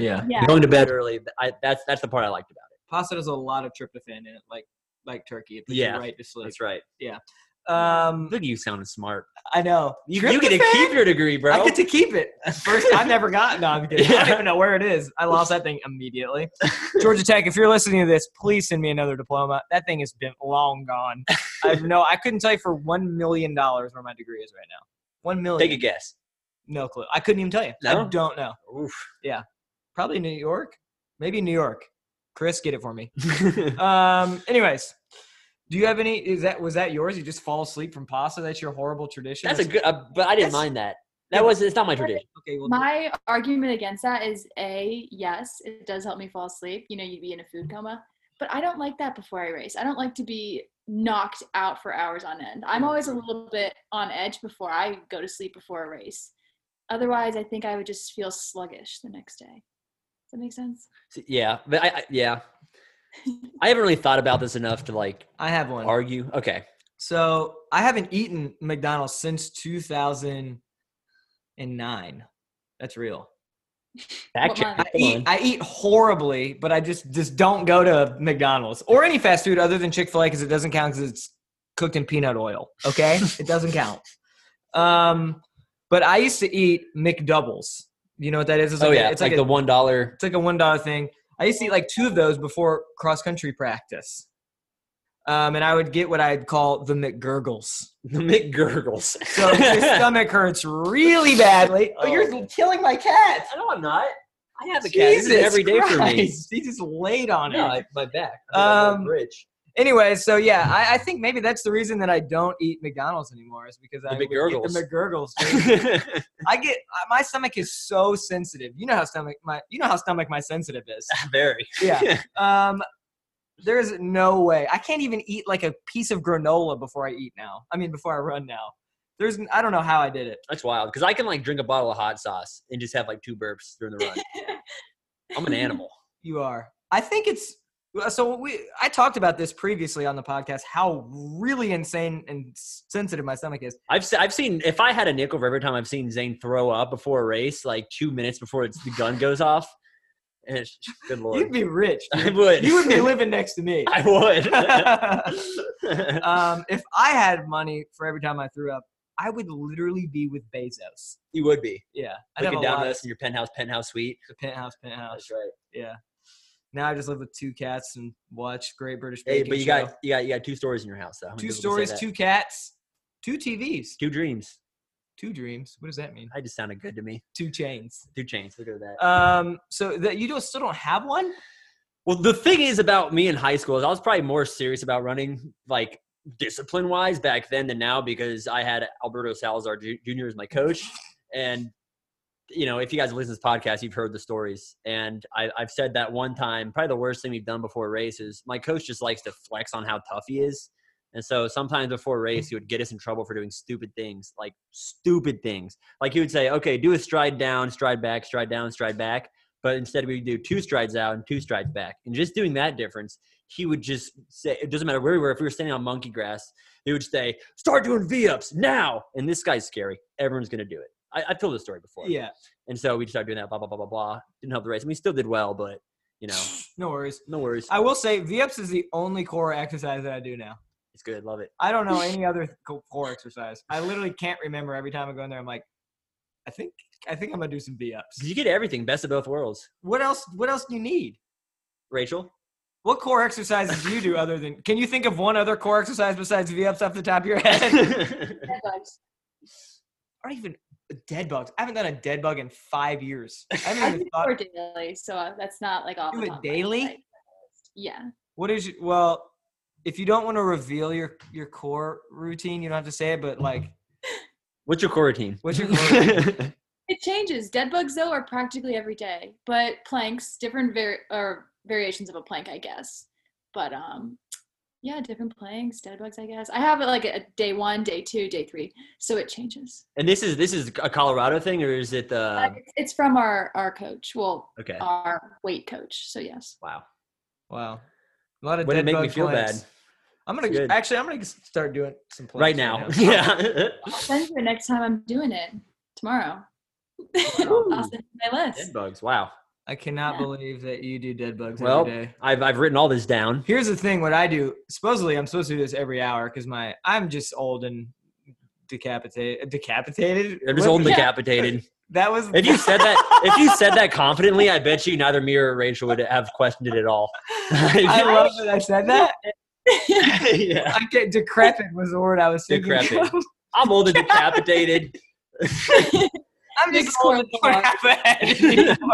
Speaker 2: yeah.
Speaker 3: Yeah.
Speaker 1: going to bed early I, that's that's the part I liked about
Speaker 2: Pasta has a lot of tryptophan in it, like like turkey. It puts
Speaker 1: Yeah,
Speaker 2: you right to
Speaker 1: it
Speaker 2: sleep.
Speaker 1: that's right
Speaker 2: Um,
Speaker 1: look at you sounding smart
Speaker 2: I know.
Speaker 1: you, you get to keep your degree bro
Speaker 2: I get to keep it. First, I've never gotten no, I'm kidding. I don't
Speaker 1: Yeah.
Speaker 2: even know where it is. I lost that thing immediately. Georgia Tech, if you're listening to this, please send me another diploma. That thing has been long gone. I've no, I couldn't tell you for one million dollars where my degree is right now. One million.
Speaker 1: take a guess
Speaker 2: No clue. I couldn't even tell you. I
Speaker 1: No?
Speaker 2: don't know.
Speaker 1: Oof.
Speaker 2: Probably New York. Maybe New York. Chris, get it for me. Um. Anyways, do you have any? Is that was that yours? You just fall asleep from pasta? That's your horrible tradition.
Speaker 1: that's a good uh, but I didn't
Speaker 2: That's-
Speaker 1: mind that
Speaker 2: Yeah,
Speaker 1: that was it's not my tradition
Speaker 2: okay. Well,
Speaker 3: My argument against that is A, yes, it does help me fall asleep. You know, you'd be in a food coma. But I don't like that before I race. I don't like to be knocked out for hours on end. I'm always a little bit on edge before I go to sleep before a race. Otherwise, I think I would just feel sluggish the next day. Does that make sense?
Speaker 1: yeah but I, I yeah I haven't really thought about this enough to like
Speaker 2: I have one.
Speaker 1: argue okay
Speaker 2: So I haven't eaten McDonald's since 2009. That's real.
Speaker 1: fact
Speaker 3: What
Speaker 1: check
Speaker 2: I
Speaker 3: month?
Speaker 1: Come
Speaker 2: eat,
Speaker 1: on.
Speaker 2: I eat horribly, but I just just don't go to McDonald's or any fast food other than Chick Fil A because it doesn't count because it's cooked in peanut oil. Okay, it doesn't count. Um, but I used to eat McDoubles. You know what that is? It's
Speaker 1: oh
Speaker 2: like a-
Speaker 1: yeah
Speaker 2: it's like, a,
Speaker 1: the one dollar
Speaker 2: it's like a one dollar thing. I used to eat like two of those before cross country practice. Um, and I would get what I'd call the McGurgles.
Speaker 1: the McGurgles
Speaker 2: So if your stomach hurts really badly. Oh, you're
Speaker 1: Oh.
Speaker 2: killing my cat.
Speaker 1: No, I'm not. I have a cat.
Speaker 2: Jesus
Speaker 1: This is every day for me.
Speaker 2: Christ. He just laid on
Speaker 1: No,
Speaker 2: it.
Speaker 1: I- my back.
Speaker 2: Um,
Speaker 1: rich.
Speaker 2: Anyway, so yeah, I, I think maybe that's the reason that I don't eat McDonald's anymore is because I would get the McGurgles. dude.
Speaker 1: I
Speaker 2: I get I- my stomach is so sensitive. You know how stomach my you know how stomach my sensitive is.
Speaker 1: Very.
Speaker 2: Yeah. Um, there is no way. I can't even eat like a piece of granola before I eat now. I mean, before I run now. There's, I don't know how I did it.
Speaker 1: That's wild. Because I can like drink a bottle of hot sauce and just have like two burps during the run. I'm an animal.
Speaker 2: You are. I think it's uh, so we. I talked about this previously on the podcast. How really insane and sensitive my stomach is.
Speaker 1: I've se- I've seen if I had a nickel for every time I've seen Zane throw up before a race, like two minutes before it's, the gun goes off. And it's, good
Speaker 2: You'd
Speaker 1: lord,
Speaker 2: be rich.
Speaker 1: I would.
Speaker 2: You would be living next to me.
Speaker 1: I would.
Speaker 2: um, if I had money for every time I threw up, I would literally be with Bezos.
Speaker 1: you would be.
Speaker 2: Yeah, I'd have a
Speaker 1: Looking down
Speaker 2: lot
Speaker 1: at
Speaker 2: of
Speaker 1: us in your penthouse, penthouse suite.
Speaker 2: penthouse, penthouse.
Speaker 1: That's right.
Speaker 2: Yeah. Now I just live with two cats and watch Great British
Speaker 1: Hey,
Speaker 2: Baking
Speaker 1: but you
Speaker 2: Show.
Speaker 1: got you got you got two stories in your house though. How many
Speaker 2: two
Speaker 1: people can say
Speaker 2: stories,
Speaker 1: that?
Speaker 2: two cats, two TVs,
Speaker 1: two dreams.
Speaker 2: two dreams. What does that mean?
Speaker 1: That just sounded good to me.
Speaker 2: Two chains.
Speaker 1: Two chains. Look at that.
Speaker 2: Um, so that you don't still don't have one?
Speaker 1: Well, the thing is about me in high school is I was probably more serious about running, like discipline wise, back then than now because I had Alberto Salazar Ju- Jr. as my coach, and you know, if you guys listen to this podcast, you've heard the stories, and I, I've said that one time. Probably the worst thing we've done before a race is my coach just likes to flex on how tough he is, and so sometimes before a race, he would get us in trouble for doing stupid things, like stupid things. Like he would say, "Okay, do a stride down, stride back, stride down, stride back." but instead we do two strides out and two strides back. And just doing that difference, he would just say, it doesn't matter where we were, if we were standing on monkey grass, he would say, start doing V ups now. And this guy's scary. Everyone's going to do it. I, I've told this story before.
Speaker 2: Yeah.
Speaker 1: And so we started doing that, blah, blah, blah, blah, blah. Didn't help the race. And we still did well, but, you know,
Speaker 2: No worries.
Speaker 1: no worries.
Speaker 2: I will say V ups is the only core exercise that I do now.
Speaker 1: It's good. Love it.
Speaker 2: I don't know any other co- core exercise. I literally can't remember every time I go in there. I'm like, I think I think I'm gonna do some V
Speaker 1: 'Cause
Speaker 2: ups.
Speaker 1: you get everything, best of both worlds.
Speaker 2: What else? What else do you need?
Speaker 1: Rachel?
Speaker 2: What core exercises do you do other than? Can you think of one other core exercise besides V ups off the top of your head?
Speaker 3: Dead bugs.
Speaker 2: or even dead bugs. I haven't done a dead bug in five years. I
Speaker 3: I
Speaker 2: haven't
Speaker 3: do
Speaker 2: even thought.
Speaker 3: it daily, so uh, that's not like off.
Speaker 2: Do
Speaker 3: the
Speaker 2: it
Speaker 3: top of my
Speaker 2: daily?
Speaker 3: head. Yeah.
Speaker 2: What is your, well, if you don't want to reveal your your core routine, you don't have to say it. But like,
Speaker 1: What's your core routine?
Speaker 2: What's your core
Speaker 3: It changes. Dead bugs though are practically every day, but planks, different var- or variations of a plank, I guess. But um, yeah, different planks, dead bugs, I guess. I have it like a day one, day two, day three, so it changes.
Speaker 1: and this is this is a Colorado thing, or is it
Speaker 3: Uh,
Speaker 1: the.
Speaker 3: it's- it's from our our coach, well,
Speaker 1: Okay.
Speaker 2: uh,
Speaker 3: our weight coach. So yes.
Speaker 1: Wow.
Speaker 2: wow, a lot of
Speaker 1: Way to
Speaker 2: dead
Speaker 1: make me
Speaker 2: bug
Speaker 1: feel
Speaker 2: planks.
Speaker 1: bad.
Speaker 2: I'm gonna
Speaker 1: Good.
Speaker 2: actually. I'm gonna start doing some planks
Speaker 1: Right now. Yeah.
Speaker 3: I'll send you it next time I'm doing it tomorrow.
Speaker 1: Wow.
Speaker 3: I'll send you my list.
Speaker 1: Dead bugs. Wow.
Speaker 2: I cannot
Speaker 3: Yeah.
Speaker 2: believe that you do dead bugs
Speaker 1: Well-
Speaker 2: every day.
Speaker 1: I've I've written all this down.
Speaker 2: Here's the thing: what I do, supposedly, I'm supposed to do this every hour because my I'm just old and decapitated. Decapitated.
Speaker 1: I'm just
Speaker 2: What
Speaker 1: old and
Speaker 2: was-
Speaker 3: Yeah.
Speaker 1: decapitated.
Speaker 2: That was
Speaker 1: If you said that, if you said that confidently, I bet you neither me or Rachel would have questioned it at all.
Speaker 2: I love that I said that.
Speaker 1: yeah.
Speaker 2: I get decrepit was the word I was thinking. of.
Speaker 1: Decrepit. I'm old and decapitated.
Speaker 2: I'm
Speaker 3: Just
Speaker 2: just
Speaker 3: going
Speaker 2: going
Speaker 3: for it.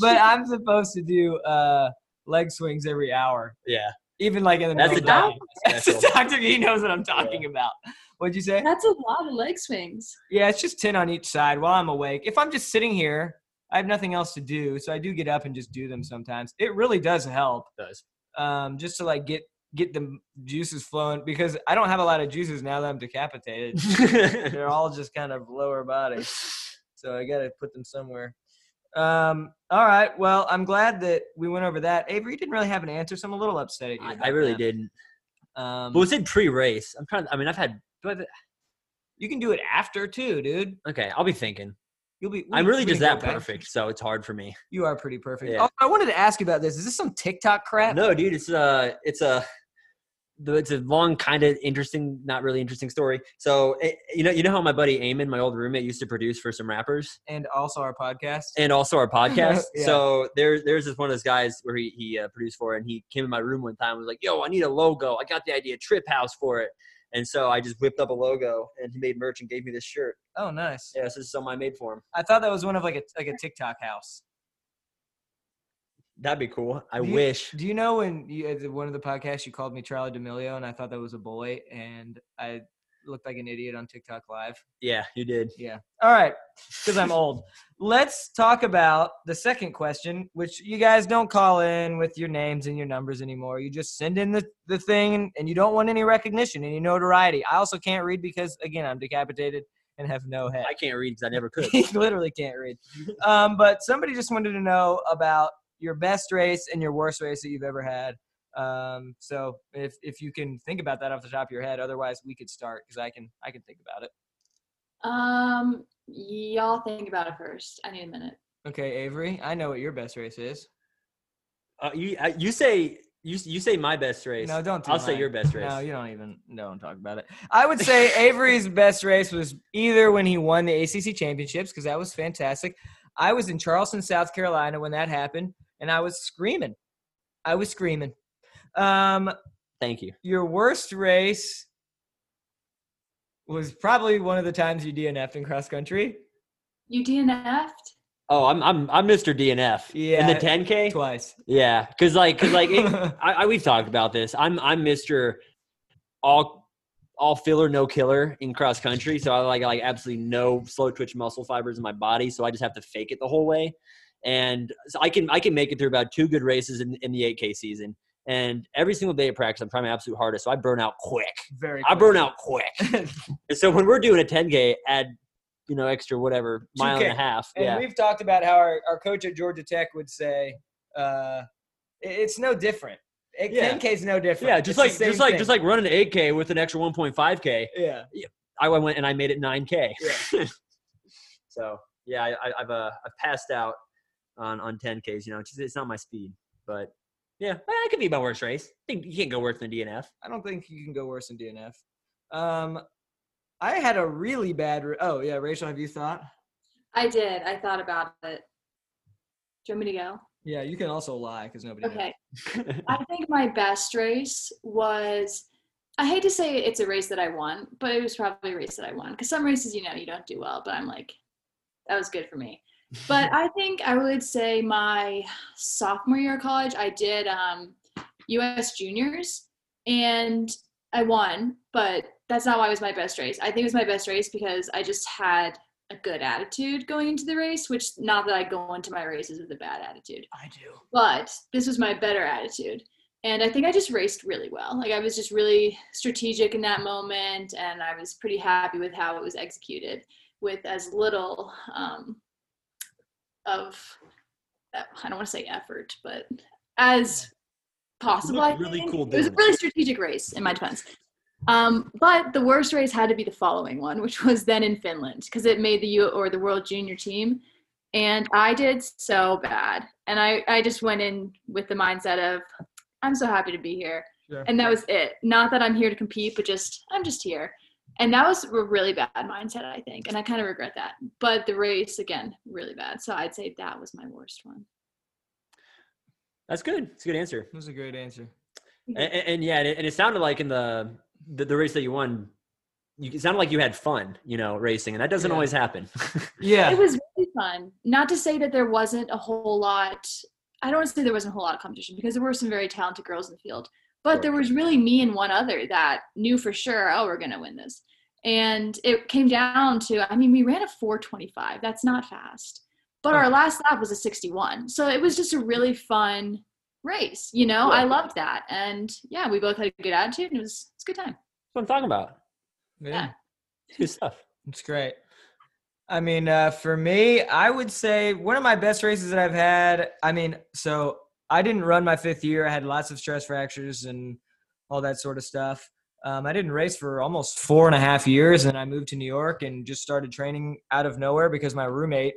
Speaker 2: But I'm supposed to do uh, leg swings every hour,
Speaker 1: Yeah,
Speaker 2: even like in the
Speaker 1: that's a
Speaker 2: middle
Speaker 1: doctor.
Speaker 2: of the night. That's a doctor. He knows what I'm talking about. What'd you say?
Speaker 3: That's a lot of leg swings.
Speaker 2: Yeah, it's just ten on each side while I'm awake. If I'm just sitting here, I have nothing else to do, so I do get up and just do them sometimes. It really does help,
Speaker 1: Does.
Speaker 2: um, just to like get get the juices flowing because I don't have a lot of juices now that I'm decapitated. they're all just kind of lower body. So I got to put them somewhere. Um, all right. Well, I'm glad that we went over that. Avery you didn't really have an answer, so I'm a little upset at you.
Speaker 1: I,
Speaker 2: about
Speaker 1: I really
Speaker 2: that.
Speaker 1: didn't.
Speaker 2: Um, uh,
Speaker 1: But was it pre-race? I'm trying. I mean, I've had. do I have-
Speaker 2: you can do it after too, dude.
Speaker 1: Okay, I'll be thinking.
Speaker 2: You'll be.
Speaker 1: I'm
Speaker 2: we-
Speaker 1: really
Speaker 2: we
Speaker 1: just
Speaker 2: can
Speaker 1: that
Speaker 2: go back.
Speaker 1: perfect, so it's hard for me.
Speaker 2: You are pretty perfect.
Speaker 1: Yeah.
Speaker 2: Oh, I wanted to ask you about this. Is this some TikTok crap?
Speaker 1: No, dude, it's uh it's a the- it's a long kind of interesting, not really interesting story. So it, you know you know how my buddy Eamon, my old roommate, used to produce for some rappers
Speaker 2: And also our podcast.
Speaker 1: and also our podcast.
Speaker 2: Yeah.
Speaker 1: So there there's this one of those guys where he he uh, produced for, and he came in my room one time and was like, "Yo, I need a logo. I got the idea, Trip House for it." And so I just whipped up a logo, and he made merch and gave me this shirt.
Speaker 2: oh, nice.
Speaker 1: Yeah, so this is something I made for him.
Speaker 2: I thought that was one of like a like a TikTok house.
Speaker 1: That'd be cool. I
Speaker 2: Do you-
Speaker 1: wish.
Speaker 2: Do you uh, know when you, at one of the podcasts you called me Charlie D'Amelio and I thought that was a boy and I looked like an idiot on TikTok Live.
Speaker 1: Yeah, you did.
Speaker 2: All right, because I'm old. Let's talk about the second question, which you guys don't call in with your names and your numbers anymore. You just send in the, the thing and you don't want any recognition and any notoriety. I also can't read because, again, I'm decapitated and have no head.
Speaker 1: I can't read because I never could.
Speaker 2: He literally can't read. Um, but somebody just wanted to know about your best race and your worst race that you've ever had. Um, so if if you can think about that off the top of your head, otherwise we could start because I can I can think about it.
Speaker 3: Um, y'all think about it first. I need a minute.
Speaker 2: Okay, Avery, I know what your best race is.
Speaker 1: Uh, you uh, you say you you say my best race.
Speaker 2: No, don't. Do
Speaker 1: I'll say
Speaker 2: mine.
Speaker 1: your best race.
Speaker 2: No, you don't even don't talk about it. I would say Avery's best race was either when he won the ACC championships because that was fantastic. I was in Charleston, South Carolina when that happened, and I was screaming. I was screaming. Um,
Speaker 1: Thank you.
Speaker 2: your worst race was probably one of the times you DNF'd in cross country
Speaker 3: You DNF'd?
Speaker 1: Oh, I'm I'm I'm Mr. DNF. In
Speaker 2: Yeah.
Speaker 1: the 10K.
Speaker 2: twice.
Speaker 1: Yeah, because like because like it, I, I we've talked about this. I'm I'm Mr. All all filler no killer in cross country. So I like like absolutely no slow twitch muscle fibers in my body. So I just have to fake it the whole way. And so I can I can make it through about two good races in, in the 8K season. And every single day of practice, I'm trying my absolute hardest. So I burn out quick.
Speaker 2: Very.
Speaker 1: I
Speaker 2: quick.
Speaker 1: burn out quick. and so when we're doing a 10K, add you know extra whatever mile and a
Speaker 2: 2K.
Speaker 1: half.
Speaker 2: And
Speaker 1: yeah.
Speaker 2: we've talked about how our, our coach at Georgia Tech would say, uh, it- it's no different. It,
Speaker 1: Yeah.
Speaker 2: 10K is no different.
Speaker 1: Yeah, just
Speaker 2: It's the
Speaker 1: like
Speaker 2: same
Speaker 1: just like
Speaker 2: thing.
Speaker 1: just like running an 8K with an extra 1.5K.
Speaker 2: yeah.
Speaker 1: I went and I made it 9K. so yeah, I, I- I've uh, I've passed out on on 10Ks. You know, it's, just- it's not my speed, but yeah, eh, it could be my worst race. I think you can't go worse than DNF.
Speaker 2: I don't think you can go worse than DNF. Um, I had a really bad. Ra- oh yeah, Rachel, have you thought?
Speaker 3: I did. I thought about it. Do you want me to go?
Speaker 2: Yeah, you can also lie because nobody. knows.
Speaker 3: Okay. I think my best race was I hate to say it's a race that I won, but it was probably a race that I won. Because some races, you know, you don't do well, but I'm like, that was good for me. But I think I would say my sophomore year of college, I did um, US juniors and I won, but that's not why it was my best race. I think it was my best race because I just had a good attitude going into the race, which not that I go into my races with a bad attitude
Speaker 2: I do.
Speaker 3: but this was my better attitude and i think i just raced really well like i was just really strategic in that moment and i was pretty happy with how it was executed with as little um, of uh, i don't want to say effort but as possible
Speaker 1: looked
Speaker 3: I
Speaker 1: really
Speaker 3: think.
Speaker 1: cool
Speaker 3: it was a
Speaker 1: doing it.
Speaker 3: really strategic race in my defense um, but the worst race had to be the following one which was then in finland because it made the u or the world junior team and I did so bad. And I, I just went in with the mindset of, I'm so happy to be here.
Speaker 2: Sure.
Speaker 3: And that was it. Not that I'm here to compete, but just, I'm just here. And that was a really bad mindset, I think. And I kind of regret that. But the race, again, really bad. So I'd say that was my worst one.
Speaker 1: That's good. It's a good answer.
Speaker 2: That was a great answer.
Speaker 1: And, and, and yeah, and it, and it sounded like in the, the the race that you won, you it sounded like you had fun. You know, racing, and that doesn't
Speaker 2: Yeah.
Speaker 1: always happen.
Speaker 3: It
Speaker 2: Yeah.
Speaker 3: was really fun. Not to say that there wasn't a whole lot, I don't want to say there wasn't a whole lot of competition because there were some very talented girls in the field, but there was really me and one other that knew for sure, oh, we're going to win this. And it came down to, I mean, we ran a 425. That's not fast. But our last lap was a 61. So it was just a really fun race. You know, I
Speaker 1: Yeah.
Speaker 3: loved that. And yeah, we both had a good attitude and it was, it's a good time.
Speaker 1: That's what I'm talking about.
Speaker 2: Yeah.
Speaker 1: It's Good stuff.
Speaker 2: It's great. I mean, uh, for me, I would say one of my best races that I've had. I mean, so I didn't run my fifth year. I had lots of stress fractures and all that sort of stuff. Um, I didn't race for almost four and a half years, and I moved to New York and just started training out of nowhere because my roommate,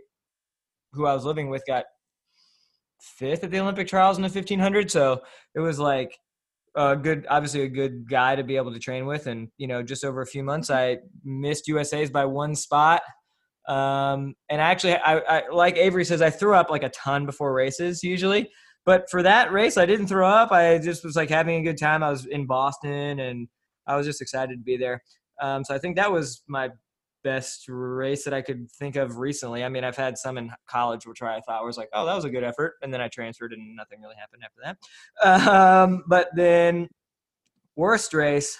Speaker 2: who I was living with, got fifth at the Olympic trials in the 1500. So it was like a good, obviously a good guy to be able to train with. And, you know, just over a few months, I missed USA's by one spot. Um, and actually, I, I like Avery says, I threw up like a ton before races usually. But for that race, I didn't throw up. I just was like having a good time. I was in Boston and I was just excited to be there. Um, so I think that was my best race that I could think of recently. I mean, I've had some in college which I thought was like, oh, that was a good effort. And then I transferred and nothing really happened after that. Um, but then, worst race.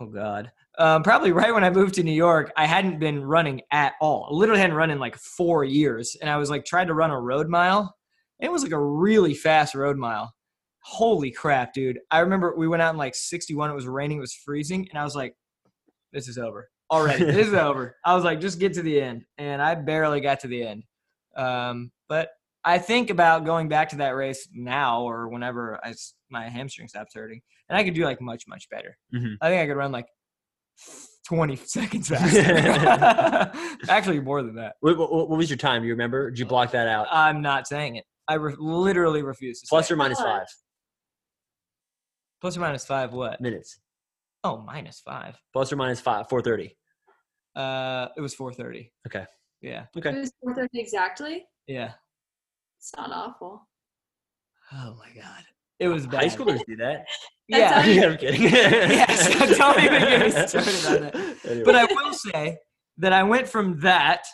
Speaker 2: Oh, God. um, probably right when I moved to New York, I hadn't been running at all. I literally hadn't run in like four years. And I was like, tried to run a road mile. It was like a really fast road mile. Holy crap, dude. I remember we went out in like 61. It was raining. It was freezing. And I was like, this is over already. this is over. I was like, just get to the end. And I barely got to the end. Um, but I think about going back to that race now or whenever I s my hamstring stops hurting. And I could do like much, much better.
Speaker 1: Mhm.
Speaker 2: I think I could run like 20 seconds faster. Actually, more than that.
Speaker 1: What, what, what was your time? Do you remember? Did you block that out?
Speaker 2: I'm not saying it. I re- literally refuse to.
Speaker 1: Plus
Speaker 2: say
Speaker 1: or
Speaker 2: it.
Speaker 1: minus
Speaker 3: Plus.
Speaker 1: five
Speaker 2: plus or minus five what?
Speaker 1: minutes.
Speaker 2: Oh, minus five.
Speaker 1: Plus or minus five, four thirty.
Speaker 2: Uh, it was 4:30.
Speaker 1: Okay.
Speaker 2: Yeah.
Speaker 1: Okay.
Speaker 3: It was 4:30 exactly.
Speaker 2: Yeah.
Speaker 3: It's not awful.
Speaker 2: Oh my god. It was bad.
Speaker 1: High schoolers do that.
Speaker 2: Yeah.
Speaker 3: That's
Speaker 1: yeah, I'm kidding.
Speaker 2: Yes, don't even get me started on
Speaker 1: that.
Speaker 2: but I will say that I went from that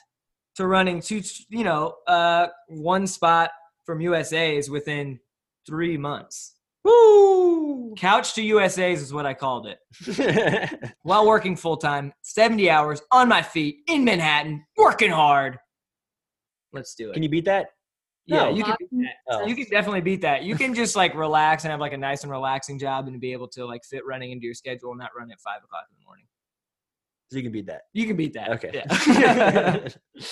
Speaker 2: to running two, you know, uh, one spot from USA's within three months. Woo! Couch to USA's is what I called it. While working full time, 70 hours on my feet in Manhattan, working hard. Let's do it.
Speaker 1: can you beat that?
Speaker 2: yeah,
Speaker 1: No.
Speaker 2: you can,
Speaker 1: Oh.
Speaker 2: you can definitely beat that. You can just like relax and have like a nice and relaxing job and be able to like fit running into your schedule and not run at five o'clock in the morning.
Speaker 1: So you can beat that.
Speaker 2: You can beat that.
Speaker 1: Okay.
Speaker 2: Yeah.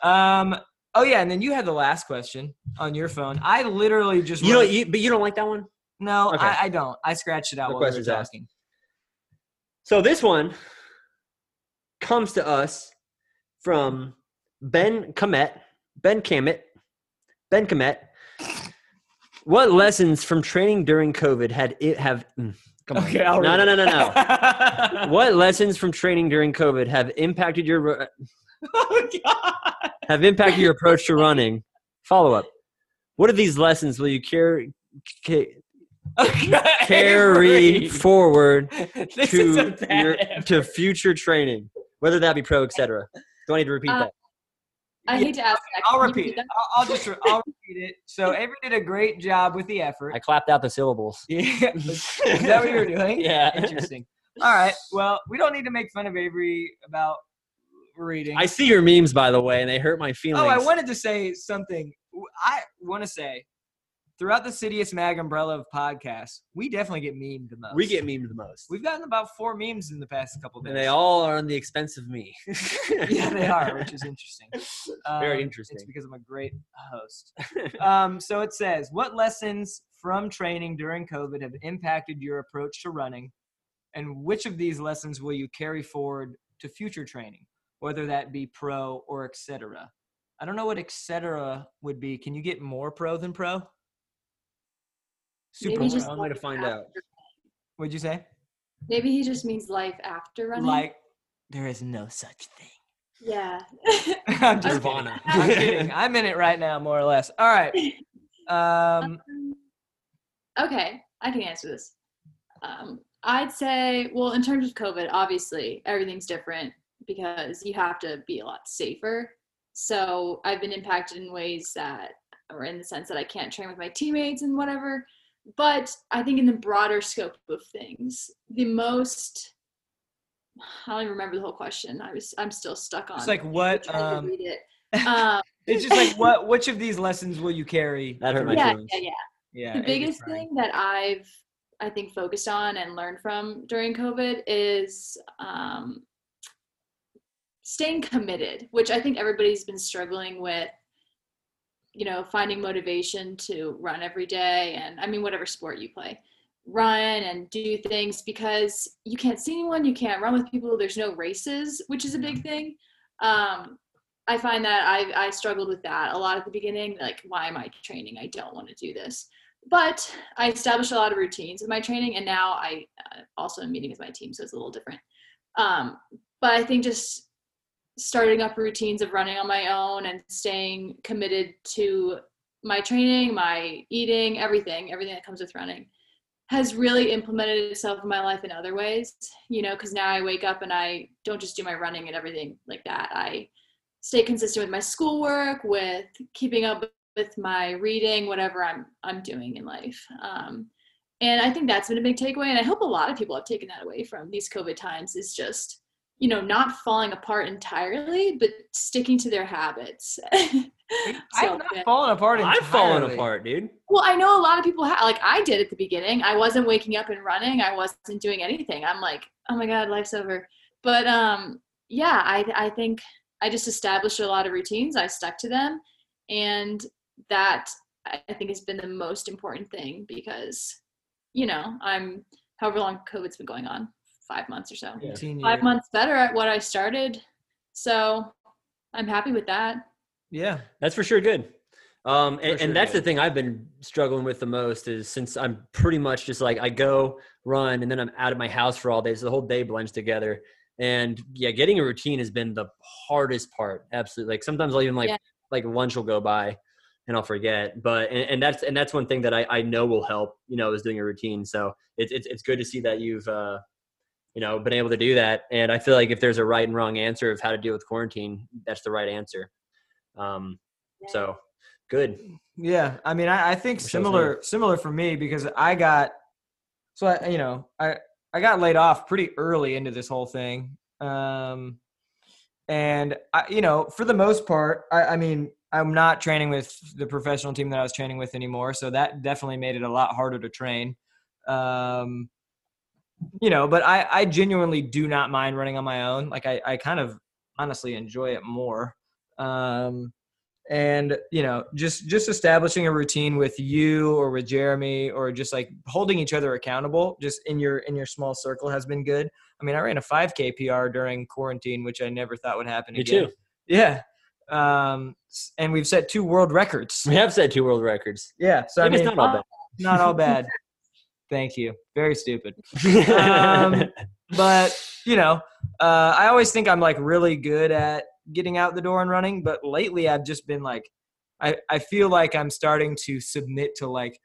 Speaker 2: Um. Oh yeah, and then you had the last question on your phone. I literally just
Speaker 1: you know,
Speaker 2: wrote-
Speaker 1: you, but you don't like that one.
Speaker 2: no,
Speaker 1: okay.
Speaker 2: I, I don't. I scratched it out
Speaker 1: The
Speaker 2: while we were
Speaker 1: question's asked.
Speaker 2: talking.
Speaker 1: So this one comes to us from Ben Komet. Ben Kamet. Ben Komet. What lessons from training during COVID had it have? mm, Come on.
Speaker 2: Okay, I'll
Speaker 1: no,
Speaker 2: read
Speaker 1: no, no, no, no.
Speaker 2: no.
Speaker 1: what lessons from training during COVID have impacted your uh,
Speaker 2: oh God.
Speaker 1: have impacted your approach to running? Follow up. What are these lessons will you carry ca-
Speaker 2: Okay,
Speaker 1: carry
Speaker 2: Avery.
Speaker 1: forward
Speaker 2: This is a
Speaker 1: to
Speaker 2: bad
Speaker 1: your,
Speaker 2: effort.
Speaker 1: to future training, whether that be pro, etc. Do I need to repeat
Speaker 3: Uh,
Speaker 1: that?
Speaker 3: I hate to ask. that.
Speaker 2: I'll
Speaker 3: Can you
Speaker 2: repeat it.
Speaker 3: that?
Speaker 2: I'll, I'll just. Re- I'll repeat it. So Avery did a great job with the effort.
Speaker 1: I clapped out the syllables.
Speaker 2: Yeah. Is that what you were doing?
Speaker 1: Yeah.
Speaker 2: Interesting. All right. Well, we don't need to make fun of Avery about reading.
Speaker 1: I see your memes, by the way, and they hurt my feelings.
Speaker 2: Oh, I wanted to say something. W- I want to say, throughout the Sidious Mag umbrella of podcasts, we definitely get memed the most.
Speaker 1: we get memed the most,
Speaker 2: We've gotten about four memes in the past couple days.
Speaker 1: and they all are on the expense of me.
Speaker 2: yeah, they are, which is interesting.
Speaker 1: Very
Speaker 2: Um,
Speaker 1: interesting.
Speaker 2: It's because I'm a great host. um, so it says, what lessons from training during COVID have impacted your approach to running, and which of these lessons will you carry forward to future training, whether that be pro or etc. I don't know what etc. would be. Can you get more pro than pro? Super.
Speaker 3: Maybe
Speaker 1: Only
Speaker 2: pro.
Speaker 3: just
Speaker 1: one way to
Speaker 3: life
Speaker 1: find out.
Speaker 3: after-
Speaker 2: What'd you say?
Speaker 3: Maybe he just means life after running.
Speaker 2: Like there is no such thing.
Speaker 3: yeah.
Speaker 2: I'm just kidding.
Speaker 1: Nirvana.
Speaker 2: I'm kidding. I'm in it right now, more or less. All right. Um,
Speaker 3: okay, I can answer this. Um, I'd say, well, in terms of COVID, obviously everything's different because you have to be a lot safer. So I've been impacted in ways that, or in the sense that I can't train with my teammates and whatever. But I think in the broader scope of things, the most I don't even remember the whole question. I was I'm still stuck on.
Speaker 2: it's like
Speaker 3: I'm
Speaker 2: what?
Speaker 3: trying to
Speaker 2: Um,
Speaker 3: read it. Um,
Speaker 2: It's just like what which of these lessons will you carry?
Speaker 1: That hurt my
Speaker 3: yeah,
Speaker 1: feelings.
Speaker 3: yeah, yeah.
Speaker 2: Yeah.
Speaker 3: the
Speaker 2: Avery's
Speaker 3: biggest
Speaker 2: crying.
Speaker 3: thing that I've I think focused on and learned from during COVID is um, staying committed, which I think everybody's been struggling with. You know, finding motivation to run every day, and I mean whatever sport you play, run and do things because you can't see anyone, you can't run with people. There's no races, which is a big thing. Um, I find that I I struggled with that a lot at the beginning. Like, why am I training? I don't want to do this but I established a lot of routines with my training, and now I uh, also am meeting with my team, so it's a little different. Um, but I think just starting up routines of running on my own and staying committed to my training, my eating, everything, everything that comes with running has really implemented itself in my life in other ways, you know, because now I wake up and I don't just do my running and everything like that. I stay consistent with my schoolwork, with keeping up with my reading, whatever I'm I'm doing in life. Um, And I think that's been a big takeaway. And I hope a lot of people have taken that away from these COVID times is just, you know, not falling apart entirely, but sticking to their habits. So,
Speaker 2: I'm not
Speaker 3: yeah.
Speaker 2: falling apart.
Speaker 1: I've fallen
Speaker 2: entirely.
Speaker 1: apart, dude.
Speaker 3: Well, I know a lot of people have. Like I did at the beginning. I wasn't waking up and running. I wasn't doing anything. I'm like, oh my god, life's over. But um, yeah, I I think I just established a lot of routines. I stuck to them, and that I I think has been the most important thing because, you know, I'm however long COVID's been going on, five months or so.
Speaker 1: Yeah.
Speaker 2: 18
Speaker 3: Five
Speaker 2: years.
Speaker 3: months better at what I started, so I'm happy with that.
Speaker 2: Yeah.
Speaker 1: That's for sure good. Um, and,
Speaker 2: For
Speaker 1: and
Speaker 2: sure
Speaker 1: that's
Speaker 2: good.
Speaker 1: the thing I've been struggling with the most is since I'm pretty much just like I go run and then I'm out of my house for all day. So the whole day blends together. And yeah, getting a routine has been the hardest part. Absolutely. Like sometimes I'll even like
Speaker 3: Yeah.
Speaker 1: like lunch will go by and I'll forget. But and, and that's and that's one thing that I, I know will help. You know, is doing a routine. So it's it's it's good to see that you've uh, you know been able to do that. And I feel like if there's a right and wrong answer of how to deal with quarantine, that's the right answer. Um, so good.
Speaker 2: Yeah, I mean, I, I think
Speaker 1: Wish I was
Speaker 2: similar similar for me because I got so I you know I I got laid off pretty early into this whole thing, um, and I you know for the most part I, I mean I'm not training with the professional team that I was training with anymore, so that definitely made it a lot harder to train. Um, you know, but I I genuinely do not mind running on my own. Like I I kind of honestly enjoy it more. Um, and you know just just establishing a routine with you or with jeremy or just like holding each other accountable just in your in your small circle has been good i mean i ran a 5k pr during quarantine which i never thought would happen
Speaker 1: Me
Speaker 2: again
Speaker 1: too.
Speaker 2: yeah um s- and we've set two world records
Speaker 1: We have set two world records.
Speaker 2: yeah so i
Speaker 1: Maybe
Speaker 2: mean
Speaker 1: it's not all
Speaker 2: not all bad thank you very stupid
Speaker 1: bad.
Speaker 2: um, but you know, uh, I always think I'm like really good at getting out the door and running. But lately, I've just been like, I I feel like I'm starting to submit to like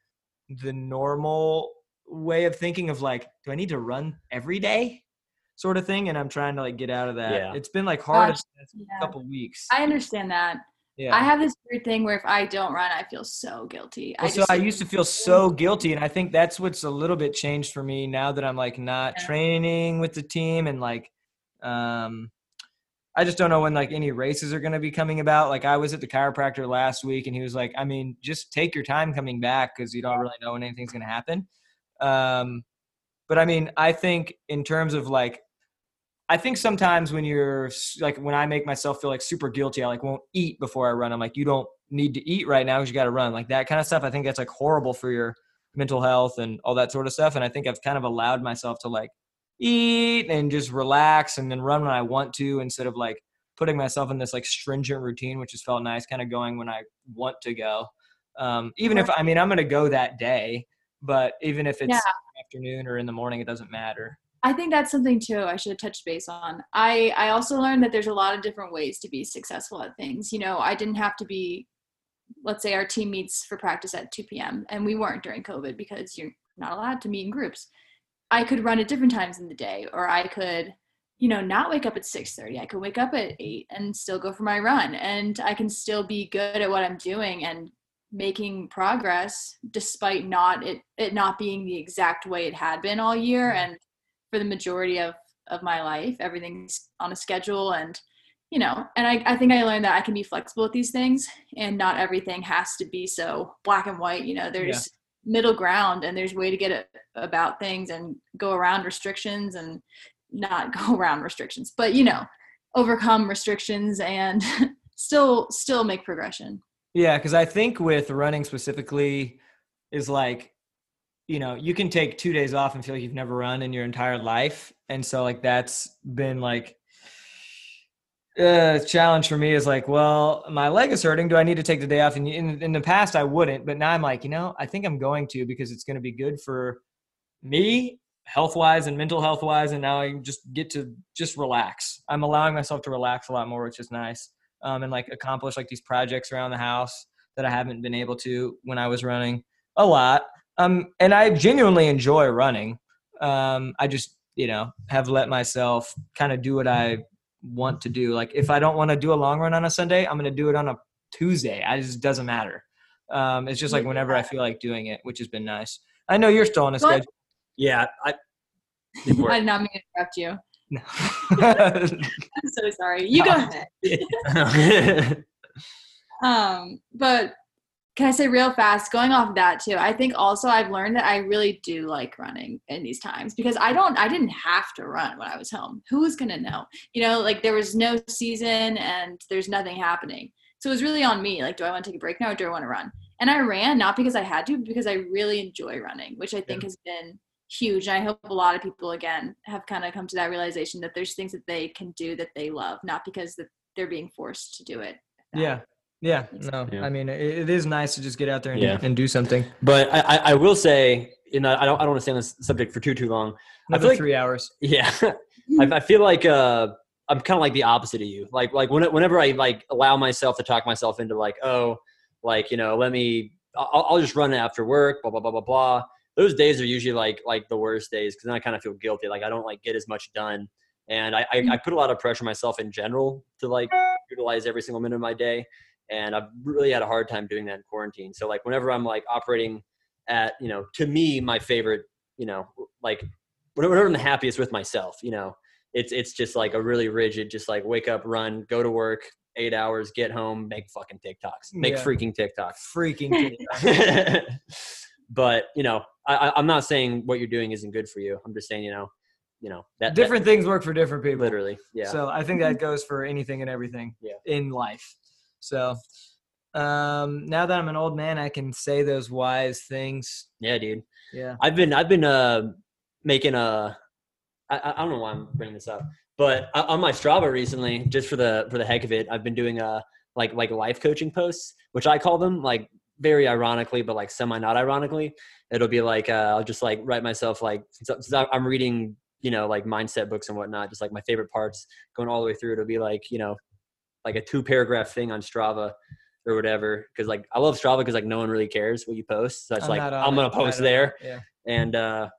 Speaker 2: the normal way of thinking of like, do I need to run every day, sort of thing? And I'm trying to like get out of that.
Speaker 1: Yeah.
Speaker 2: It's been like hard
Speaker 3: Gosh,
Speaker 2: the last
Speaker 3: Yeah.
Speaker 2: couple weeks.
Speaker 3: I understand that.
Speaker 2: yeah.
Speaker 3: I have this weird thing where if I don't run, I feel so guilty.
Speaker 2: Well,
Speaker 3: I
Speaker 2: so I used to feel so guilty, and I think that's what's a little bit changed for me now that I'm like not
Speaker 3: Yeah.
Speaker 2: training with the team, and like, um, I just don't know when like any races are going to be coming about. Like I was at the chiropractor last week, and he was like, "I mean, just take your time coming back because you don't really know when anything's going to happen." Um, but I mean, I think in terms of like, I think sometimes when you're s- like when I make myself feel like super guilty, I like won't eat before I run. I'm like, you don't need to eat right now because you got to run, like that kind of stuff. I think that's like horrible for your mental health and all that sort of stuff. And I think I've kind of allowed myself to like eat and just relax and then run when I want to instead of like putting myself in this like stringent routine, which has felt nice, kind of going when I want to go. Um, even if I mean I'm going to go that day, but even if it's
Speaker 3: Yeah.
Speaker 2: afternoon or in the morning, it doesn't matter.
Speaker 3: I think that's something too I should have touched base on. I I also learned that there's a lot of different ways to be successful at things. You know, I didn't have to be let's say our team meets for practice at 2 p.m. and we weren't during COVID because you're not allowed to meet in groups. I could run at different times in the day or I could you know not wake up at 6:30. I could wake up at 8 and still go for my run and I can still be good at what I'm doing and making progress despite not it it not being the exact way it had been all year and for the majority of of my life everything's on a schedule and you know and I, I think i learned that i can be flexible with these things and not everything has to be so black and white you know there's middle ground and there's way to get a, about things and go around restrictions and not go around restrictions but you know overcome restrictions and still still make progression
Speaker 2: Yeah, because I think with running specifically is like, you know, you can take two days off and feel like you've never run in your entire life. And so like that's been like uh challenge for me is like, well, my leg is hurting. Do I need to take the day off? And in in the past I wouldn't, but now I'm like, you know, I think I'm going to because it's gonna be good for me health wise and mental health wise. And now I just get to just relax. I'm allowing myself to relax a lot more, which is nice um, and like accomplish like these projects around the house that I haven't been able to when I was running a lot. Um, and I genuinely enjoy running. Um, I just you know have let myself kind of do what I want to do. Like if I don't want to do a long run on a Sunday, I'm gonna do it on a Tuesday. I just doesn't matter. Um, it's just like whenever I feel like doing it, which has been nice. I know you're still on a
Speaker 3: What?
Speaker 2: schedule.
Speaker 1: Yeah, I didn't
Speaker 3: I
Speaker 1: work.
Speaker 3: did not mean to interrupt you.
Speaker 2: No.
Speaker 3: I'm so sorry. You go ahead. Um, but can I say real fast, going off that too, I think also I've learned that I really do like running in these times because I don't I didn't have to run when I was home. Who was gonna know? You know, like there was no season and there's nothing happening. So it was really on me. Like, do I want to take a break now or do I want to run? And I ran not because I had to, but because I really enjoy running, which I think has been huge. And I hope a lot of people again have kind of come to that realization that there's things that they can do that they love, not because that they're being forced to do it.
Speaker 2: yeah. Yeah. No.
Speaker 1: Yeah.
Speaker 2: I mean, it, it is nice to just get out there and,
Speaker 1: Yeah.
Speaker 2: and do something.
Speaker 1: but I, I, I will say, and I I don't, I don't want to stay on this subject for too too long. I
Speaker 2: Another
Speaker 1: feel like-
Speaker 2: three hours.
Speaker 1: Yeah, I, I feel like uh, I'm kind of like the opposite of you. Like like when, whenever I like allow myself to talk myself into like oh like you know let me I'll, I'll just run after work blah blah blah blah blah. Those days are usually like like the worst days because then I kind of feel guilty like I don't like get as much done and I, I I put a lot of pressure on myself in general to like utilize every single minute of my day and I've really had a hard time doing that in quarantine. So like whenever I'm like operating at you know to me my favorite you know like whenever I'm the happiest with myself, you know, it's it's just like a really rigid, just like wake up, run, go to work, eight hours, get home, make fucking TikToks, make
Speaker 2: Yeah.
Speaker 1: freaking TikToks.
Speaker 2: Freaking. kidding.
Speaker 1: but you know, I, I- I'm not saying what you're doing isn't good for you. I'm just saying, you know, you know that that-
Speaker 2: different things work for different people.
Speaker 1: literally, yeah.
Speaker 2: So I think that goes for anything and everything
Speaker 1: Yeah.
Speaker 2: in life. So um, now that I'm an old man, I can say those wise things.
Speaker 1: yeah, dude.
Speaker 2: Yeah.
Speaker 1: I've been I've been uh making a I, I I don't know why I'm bringing this up, but I- on my Strava recently, just for the for the heck of it, I've been doing a like like life coaching posts, which I call them like very ironically, but like semi not ironically. It'll be like uh, I'll just like write myself like since I- since I- I'm reading you know like mindset books and whatnot, just like my favorite parts going all the way through. It'll be like you know like a two paragraph thing on Strava or whatever because like I love Strava because like no one really cares what you post, so it's
Speaker 2: I'm
Speaker 1: like
Speaker 2: not on
Speaker 1: I'm
Speaker 2: it.
Speaker 1: gonna
Speaker 2: I'm not
Speaker 1: post
Speaker 2: on it.
Speaker 1: there
Speaker 2: Yeah.
Speaker 1: and uh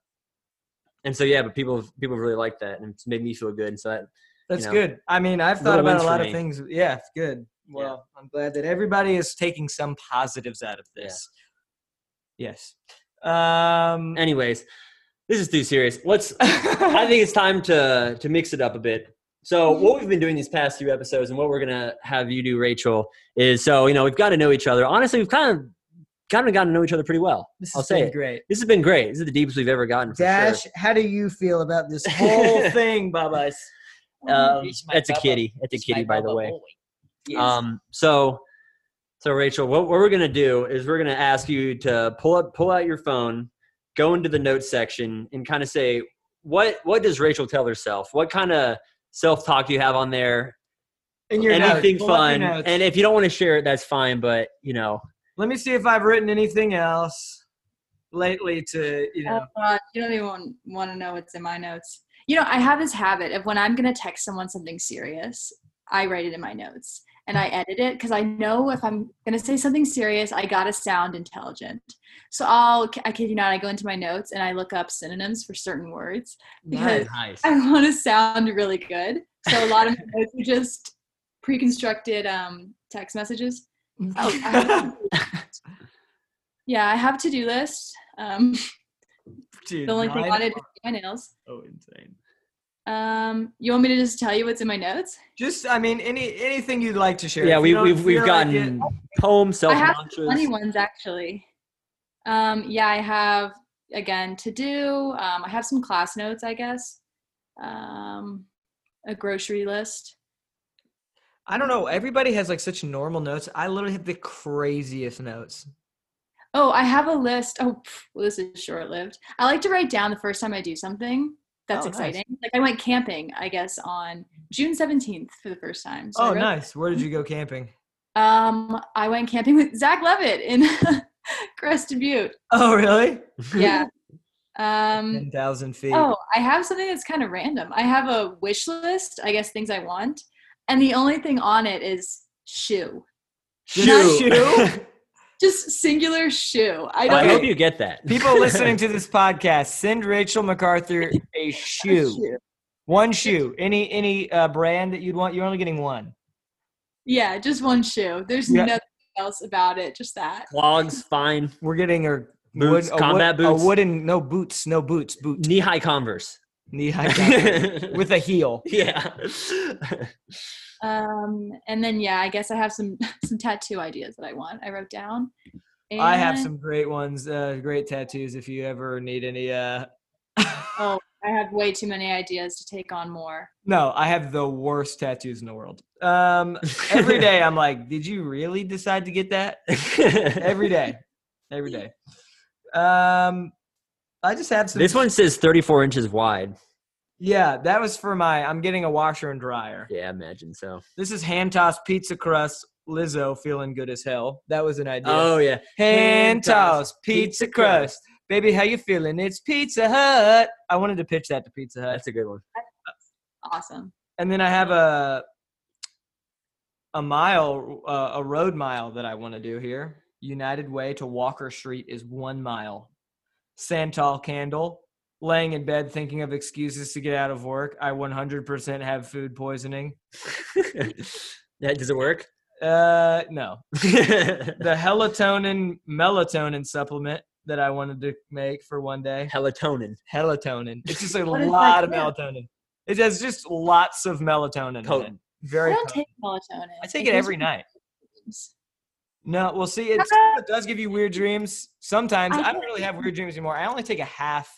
Speaker 1: and so yeah but people have- people really like that and it's made me feel good and so that
Speaker 2: That's
Speaker 1: know,
Speaker 2: good. I mean, I've thought
Speaker 1: little
Speaker 2: about
Speaker 1: wins
Speaker 2: a
Speaker 1: for
Speaker 2: lot of
Speaker 1: me.
Speaker 2: things. Yeah, it's good.
Speaker 1: Yeah.
Speaker 2: Well, I'm glad that everybody is taking some positives out of
Speaker 1: Yeah.
Speaker 2: this. Yes. Um,
Speaker 1: anyways this is too serious let's i think it's time to to mix it up a bit so what we've been doing these past few episodes and what we're gonna have you do rachel is so you know we've got to know each other honestly we've kind of kind of gotten to know each other pretty well
Speaker 2: this has
Speaker 1: i'll say
Speaker 2: been
Speaker 1: it.
Speaker 2: great.
Speaker 1: this has been great this is the deepest we've ever gotten for
Speaker 2: Dash,
Speaker 1: sure.
Speaker 2: how do you feel about this whole thing, Bubba's?
Speaker 1: um,
Speaker 2: He's my
Speaker 1: it's a
Speaker 2: Bubba.
Speaker 1: kitty it's a
Speaker 2: He's my
Speaker 1: kitty by the
Speaker 2: Bubba
Speaker 1: way
Speaker 2: boy. Yes.
Speaker 1: Um, so, so Rachel, what, what we're gonna do is we're gonna ask you to pull up, pull out your phone, go into the notes section, and kind of say what what does Rachel tell herself? What kind of self talk do you have on there?
Speaker 2: In your notes,
Speaker 1: Anything
Speaker 2: pull up
Speaker 1: fun?
Speaker 2: your notes.
Speaker 1: And if you don't want to share it, that's fine. But you know,
Speaker 2: Let me see if I've written anything else lately to, you know.
Speaker 3: Oh, God, you don't even want to know what's in my notes. You know, I have this habit of when I'm going to text someone something serious, I write it in my notes and I edit it because I know if I'm going to say something serious, I got to sound intelligent. So I'll, I kid you not, I go into my notes and I look up synonyms for certain words. Because-
Speaker 1: nice.
Speaker 3: I want to sound really good. So a lot of my notes are just pre constructed um, text messages. Oh, I have- yeah, I have to do list. Um,
Speaker 2: Dude,
Speaker 3: the only thing
Speaker 2: nine-
Speaker 3: on it is my nails.
Speaker 2: Oh, insane.
Speaker 3: Um, you want me to just tell you what's in my notes?
Speaker 2: Just, I mean, any anything you'd like to share.
Speaker 1: yeah,
Speaker 2: If
Speaker 1: we,
Speaker 2: you don't
Speaker 1: we've we've
Speaker 2: feel like it-
Speaker 1: gotten poems, self
Speaker 3: I have funny
Speaker 1: mantras.
Speaker 3: ones actually. Um, yeah, I have again to do. Um, I have some class notes, I guess. Um, a grocery list.
Speaker 2: I don't know. Everybody has like such normal notes. I literally have the craziest notes.
Speaker 3: Oh, I have a list. Oh, pff, well, this is short lived. I like to write down the first time I do something. That's
Speaker 2: Oh, nice.
Speaker 3: exciting. Like I went camping, I guess, on June seventeenth for the first time. So
Speaker 2: oh,
Speaker 3: I wrote-
Speaker 2: nice. Where did you go camping?
Speaker 3: Um, I went camping with Zach Levitt in Crested Butte.
Speaker 2: Oh, really?
Speaker 3: yeah. Um,
Speaker 2: Ten thousand feet.
Speaker 3: oh, I have something that's kind of random. I have a wish list, I guess, things I want, and the only thing on it is shoe,
Speaker 1: Shoe.
Speaker 2: Shoe?
Speaker 3: just singular shoe. I don't
Speaker 1: I
Speaker 2: Okay.
Speaker 1: hope you get that.
Speaker 2: People listening to this podcast, send Rachel MacArthur a shoe. One shoe. Any any uh, brand that you'd want. You're only getting one.
Speaker 3: Yeah, just one shoe. There's
Speaker 2: Yeah.
Speaker 3: nothing else about it, just that.
Speaker 1: clogs, fine.
Speaker 2: We're getting her
Speaker 1: Boots,
Speaker 2: Wood- a
Speaker 1: combat
Speaker 2: wood-
Speaker 1: boots.
Speaker 2: A wooden, no boots, no boots, boot.
Speaker 1: knee high Converse.
Speaker 2: Knee high with a heel.
Speaker 1: yeah.
Speaker 3: Um, and then yeah, I guess I have some some tattoo ideas that I want. I wrote down.
Speaker 2: I have
Speaker 3: And-
Speaker 2: some great ones, uh, great tattoos. If you ever need any, uh,
Speaker 3: Oh, I have way too many ideas to take on more.
Speaker 2: no, I have the worst tattoos in the world. Um, every day I'm like, did you really decide to get that? Every day, every day. Um, I just have some.
Speaker 1: this one says 34 inches wide.
Speaker 2: yeah, that was for my. I'm getting a washer and dryer.
Speaker 1: Yeah, I imagine so.
Speaker 2: This is hand tossed pizza crust. Lizzo feeling good as hell. That was an idea.
Speaker 1: Oh yeah.
Speaker 2: Hand tossed pizza crust. Baby, how you feeling? It's Pizza Hut. I wanted to pitch that to Pizza Hut.
Speaker 1: That's a good one.
Speaker 3: Awesome.
Speaker 2: and then I have a a mile, uh, a road mile that I want to do here. United Way to Walker Street is one mile. Santal candle, laying in bed thinking of excuses to get out of work. I 100% have food poisoning.
Speaker 1: that does it work?
Speaker 2: Uh, no,
Speaker 1: Halatonin
Speaker 2: the helatonin melatonin supplement that I wanted to make for one day. Helatonin. It's just a
Speaker 3: What is
Speaker 2: lot
Speaker 3: that?
Speaker 2: of melatonin. It has just lots of melatonin. in it.
Speaker 1: potent.
Speaker 2: Very.
Speaker 3: I don't
Speaker 2: potent.
Speaker 3: take melatonin.
Speaker 2: I take it
Speaker 3: gives
Speaker 2: every
Speaker 3: me
Speaker 2: night.
Speaker 3: dreams.
Speaker 2: No, well, see, it's, it does give you weird dreams. Sometimes
Speaker 3: I
Speaker 2: I don't really have weird dreams anymore. I only take a half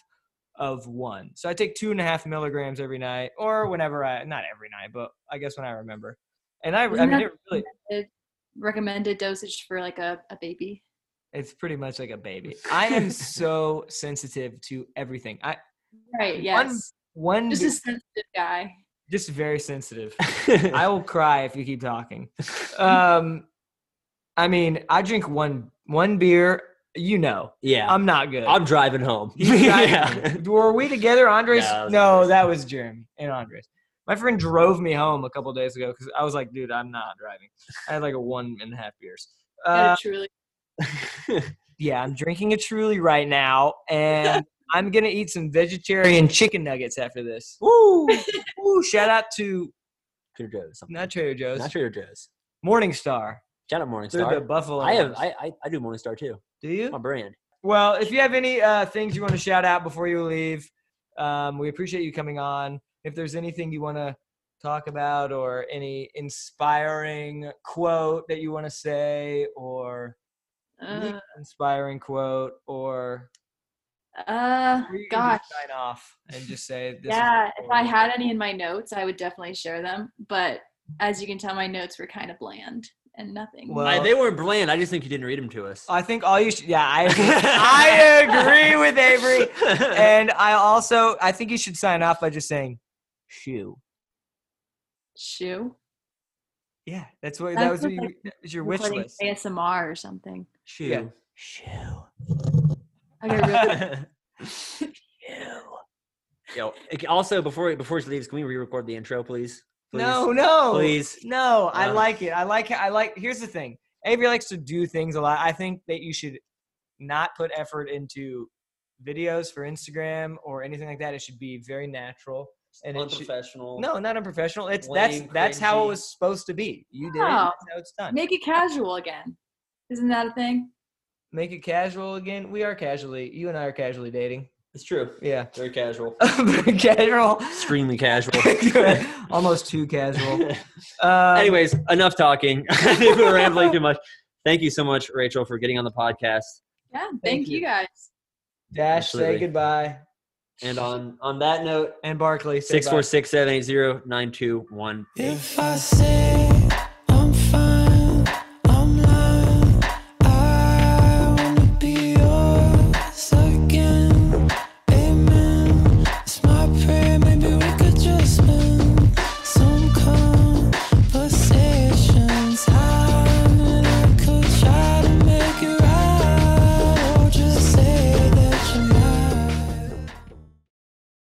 Speaker 2: of one, so I take two and a half milligrams every night, or whenever I—not every night, but I guess when I remember. And I, I mean,
Speaker 3: Isn't that
Speaker 2: it really,
Speaker 3: Recommended dosage for like a, a baby.
Speaker 2: it's pretty much like a baby. I am so sensitive to everything. I
Speaker 3: Right.
Speaker 2: One-
Speaker 3: Yes.
Speaker 2: one
Speaker 3: Just
Speaker 2: just,
Speaker 3: a sensitive guy.
Speaker 2: just very sensitive. I will cry if you keep talking. Um, I mean, I drink one one beer. You know,
Speaker 1: yeah. I'm,
Speaker 2: I'm not good.
Speaker 1: driving home.
Speaker 2: He's driving. Were we together, Andres?
Speaker 1: Yeah, that was
Speaker 2: no,
Speaker 1: Andres.
Speaker 2: that was Jeremy and Andres. My friend drove me home a couple days ago because I was like, dude, I'm not driving. I had like a one and a half beers.
Speaker 3: Gotta
Speaker 2: Uh,
Speaker 3: truly.
Speaker 2: yeah, I'm drinking a Truly right now, and I'm gonna eat some vegetarian chicken nuggets after this. Woo! Woo! Shout out to
Speaker 1: Trader Joe's. something.
Speaker 2: not Trader Joe's,
Speaker 1: Not Trader Joe's.
Speaker 2: Morning Star.
Speaker 1: Shout out
Speaker 2: They're the
Speaker 1: Morningstar.
Speaker 2: Buffalo.
Speaker 1: I have.
Speaker 2: ones.
Speaker 1: I, I I do Morningstar too.
Speaker 2: Do you?
Speaker 1: My brand.
Speaker 2: Well, if you have any uh, things you want to shout out before you leave, um, we appreciate you coming on. If there's anything you want to talk about or any inspiring quote that you want to say or
Speaker 3: Uh,
Speaker 2: inspiring quote or
Speaker 3: uh,
Speaker 2: or you can
Speaker 3: gosh.
Speaker 2: just sign off and just say this is
Speaker 3: Yeah. If I
Speaker 2: horrible.
Speaker 3: had any in my notes, I would definitely share them. But as you can tell, my notes were kind of bland and nothing.
Speaker 2: Well-
Speaker 1: I- they weren't bland. I just think you didn't read them to us.
Speaker 2: I think all you should yeah I I agree with Avery and I also I think you should sign off by just saying shoe
Speaker 3: Shoe.
Speaker 2: yeah that's what that was
Speaker 3: That's what
Speaker 2: what you, that was your wish
Speaker 3: Recording
Speaker 2: list
Speaker 3: ASMR or something.
Speaker 2: Yeah.
Speaker 1: Shoe.
Speaker 2: shoe.
Speaker 3: I got really
Speaker 1: Yo, okay, also before before she leaves, can we re-record the intro, please? please?
Speaker 2: No, no,
Speaker 1: please.
Speaker 2: no. I
Speaker 1: Uh.
Speaker 2: like it. I like. I like. Here's the thing. Avery likes to do things a lot. I think that you should not put effort into videos for Instagram or anything like that. It should be very natural and it should,
Speaker 1: Unprofessional.
Speaker 2: no, not unprofessional. It's
Speaker 1: Lame,
Speaker 2: that's that's how
Speaker 1: cringy.
Speaker 2: it was supposed to be. You did it.
Speaker 3: Wow.
Speaker 2: That's how it's done.
Speaker 3: make it casual again. Isn't that a thing?
Speaker 2: Make it casual again. We are casually. You and I are casually dating.
Speaker 1: it's true.
Speaker 2: Yeah,
Speaker 1: Very casual.
Speaker 2: casual.
Speaker 1: Extremely casual.
Speaker 2: Almost too casual. Um,
Speaker 1: Anyways, enough talking. I think we're rambling too much. Thank you so much, Rachel, for getting on the podcast.
Speaker 3: Yeah. Thank,
Speaker 2: Thank
Speaker 3: you.
Speaker 2: you.
Speaker 3: guys.
Speaker 2: Dash,
Speaker 1: Absolutely.
Speaker 2: say goodbye.
Speaker 1: And on on that note,
Speaker 2: And Barkley, say
Speaker 1: six
Speaker 2: bye.
Speaker 1: four six seven eight zero nine two one eight.
Speaker 4: If I say